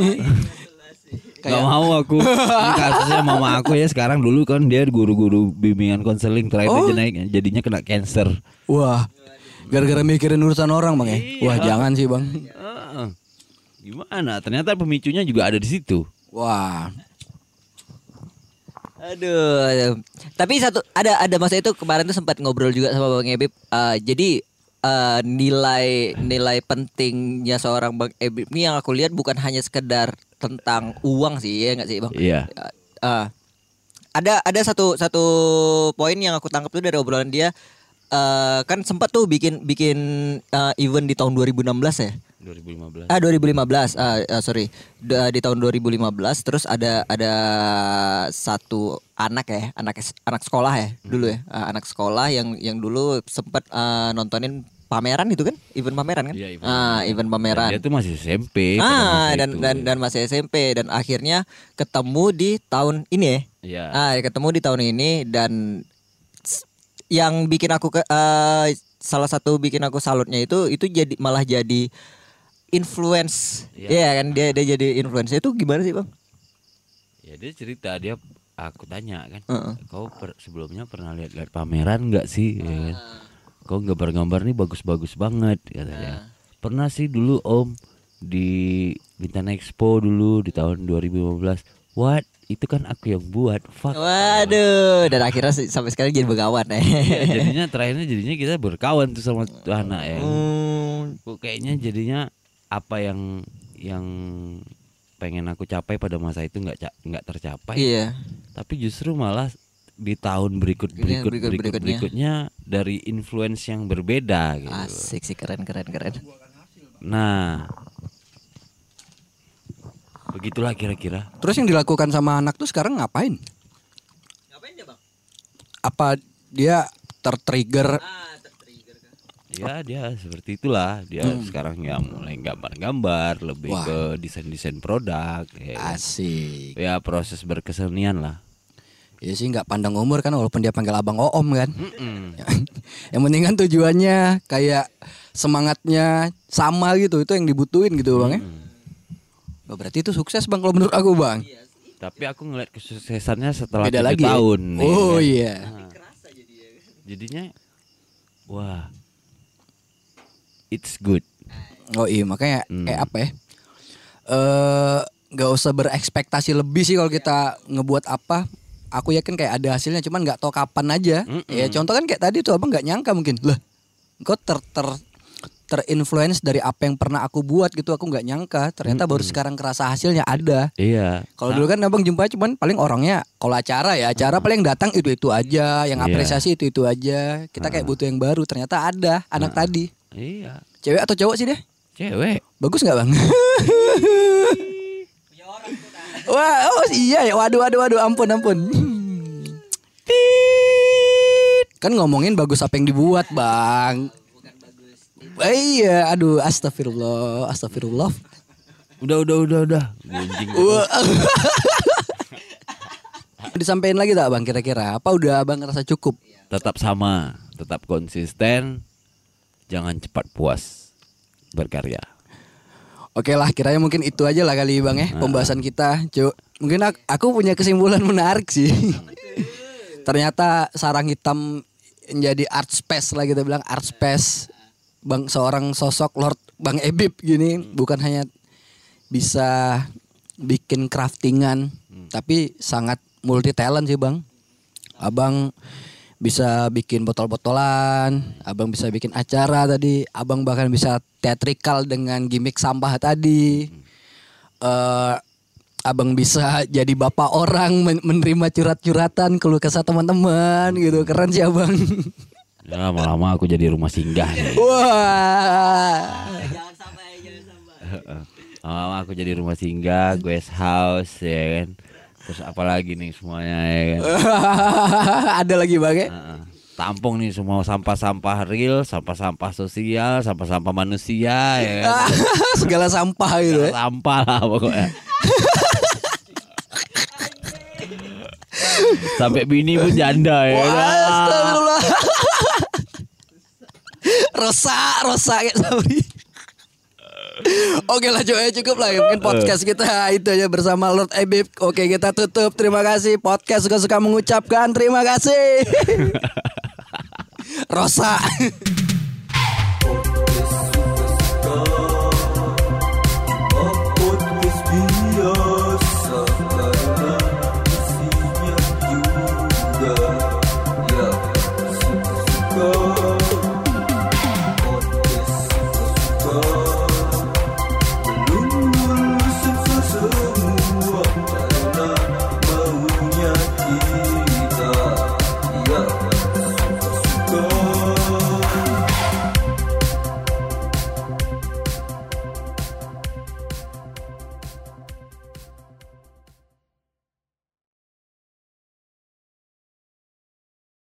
S3: Gak mau aku Ini kasusnya mama aku ya sekarang dulu kan dia guru-guru bimbingan konseling terakhir
S2: Oh.
S3: dia naik- jadinya kena cancer
S2: Wah, gara-gara mikirin urusan orang bang ya?
S1: Iya.
S2: Wah jangan sih bang.
S3: Heeh. Ah. gimana ternyata pemicunya juga ada di situ
S2: Wah,
S1: Aduh. Tapi satu ada ada masa itu kemarin tuh sempat ngobrol juga sama Bang Ebib. Eh, jadi eh, nilai nilai pentingnya seorang Bang Ebib ini yang aku lihat bukan hanya sekedar tentang uang sih, ya nggak sih Bang?
S3: Iya.
S1: Eh, eh, ada ada satu satu poin yang aku tangkap tuh dari obrolan dia eh, kan sempat tuh bikin bikin eh, event di tahun 2016 ya.
S3: 2015
S1: Ah 2015, ah, ah, sorry Da- di tahun 2015 terus ada ada satu anak ya anak es- anak sekolah ya
S3: Hmm.
S1: dulu ya Ah, anak sekolah yang yang dulu sempat ah, nontonin pameran itu kan event pameran kan
S3: Iya, event
S1: ah event pameran
S3: dia tuh masih SMP pada
S1: ah
S3: masa
S1: dan
S3: itu. iya.
S1: dan dan masih SMP dan akhirnya ketemu di tahun ini ya
S3: Iya.
S1: Ah, ketemu di tahun ini dan s- yang bikin aku ke eh, salah satu bikin aku salutnya itu itu jadi malah jadi influence. Iya kan dia dia jadi influence itu gimana sih, Bang?
S3: Ya dia cerita dia aku tanya kan,
S1: Heeh.
S3: kau per- sebelumnya pernah lihat-lihat pameran nggak sih? Ya kan? Kau gambar-gambar nih bagus-bagus banget kata dia. Pernah sih dulu Om di Bintan Expo dulu di tahun 2015. What? Itu kan aku yang buat. Fuck.
S1: Waduh, dan akhirnya se- sampai sekarang jadi begawan
S3: Ya,
S1: ya.
S3: jadinya terakhirnya jadinya kita berkawan tuh sama tuh anak ya.
S1: Hmm,
S3: Kok kayaknya jadinya apa yang yang pengen aku capai pada masa itu nggak ca- nggak tercapai.
S1: iya.
S3: tapi justru malah di tahun berikut
S1: Iya,
S3: berikut berikut,
S1: berikut-
S3: berikutnya dari influence yang berbeda gitu.
S1: Asik sih keren keren keren.
S3: Nah, begitulah kira-kira.
S2: terus yang dilakukan sama anak tuh sekarang ngapain?
S1: Ngapain dia, Bang?
S2: Apa dia tertrigger?
S1: Ah.
S3: Ya dia seperti itulah dia sekarang ya mulai gambar-gambar lebih
S2: Hmm. Wah.
S3: ke desain-desain produk ya, kan.
S2: Asik.
S3: ya proses berkesenian lah.
S2: Ya sih nggak pandang umur kan walaupun dia panggil abang Oom kan.
S3: Mm-mm.
S2: yang penting kan tujuannya kayak semangatnya sama gitu itu yang dibutuhin gitu bang ya.
S3: Hmm.
S2: Oh, berarti itu sukses bang kalau menurut aku bang.
S3: Tapi aku ngeliat kesuksesannya setelah
S2: Beda
S3: tiga
S2: lagi. ya.
S3: tahun. ya
S2: oh
S3: kan.
S2: iya.
S3: Jadinya, wah, it's good.
S2: Oh iya makanya
S3: Hmm.
S2: kayak apa ya? Eh nggak usah berekspektasi lebih sih kalau kita ngebuat apa. Aku yakin kayak ada hasilnya, cuman nggak tahu kapan aja.
S3: Mm-mm.
S2: Ya contoh kan kayak tadi tuh abang nggak nyangka mungkin. Lah, kok ter ter terinfluence dari apa yang pernah aku buat gitu aku nggak nyangka ternyata baru sekarang kerasa hasilnya ada
S3: Iya.
S2: kalau dulu kan abang jumpa cuman paling orangnya kalau acara ya acara paling datang itu itu aja yang
S3: Iya.
S2: apresiasi itu itu aja kita kayak butuh yang baru ternyata ada
S3: Nah.
S2: anak tadi
S3: Iya,
S2: cewek atau cowok sih deh
S3: cewek.
S2: Bagus nggak bang? Wah, oh iya ya. Waduh, waduh, waduh. Ampun, ampun. Tit. Kan ngomongin bagus apa yang dibuat bang? Eh, iya, aduh, astagfirullah, astagfirullah.
S3: Udah, udah, udah, udah. Gunjing.
S2: Wah. Disampaikan lagi tak bang kira-kira? Apa udah abang ngerasa cukup?
S3: tetap sama, tetap konsisten. Jangan cepat puas berkarya.
S2: Oke lah, kiranya mungkin itu aja lah kali bang ya pembahasan kita. Cuk, mungkin ak- aku punya kesimpulan menarik sih. Ternyata sarang hitam menjadi art space lah kita bilang art space. Bang seorang sosok Lord Bang Ebib gini bukan hanya bisa bikin craftingan, tapi sangat multi talent sih bang. Abang bisa bikin botol-botolan, abang bisa bikin acara tadi, abang bahkan bisa teatrikal dengan gimmick sampah tadi. Eh, abang bisa jadi bapak orang men- menerima curhat-curhatan keluh kesah teman-teman gitu. Keren sih abang.
S3: Ya, Lama-lama aku jadi rumah singgah. ya.
S2: Wah.
S3: Lama-lama aku jadi rumah singgah, guest house ya kan. Terus apalagi nih semuanya ya kan.
S2: Ada lagi bang ya?
S3: Heeh. Tampung nih semua sampah-sampah real, sampah-sampah sosial, sampah-sampah manusia ya kan.
S2: Segala sampah gitu ya.
S3: Sampah lah pokoknya. Sampai bini pun janda ya. kan.
S2: Astagfirullah. rosak, rosak ya sorry. Oke lah Cuk, ya cukup lah ya. Mungkin podcast kita itu aja bersama Lord Ebib Oke kita tutup Terima kasih Podcast suka-suka mengucapkan Terima kasih Rosa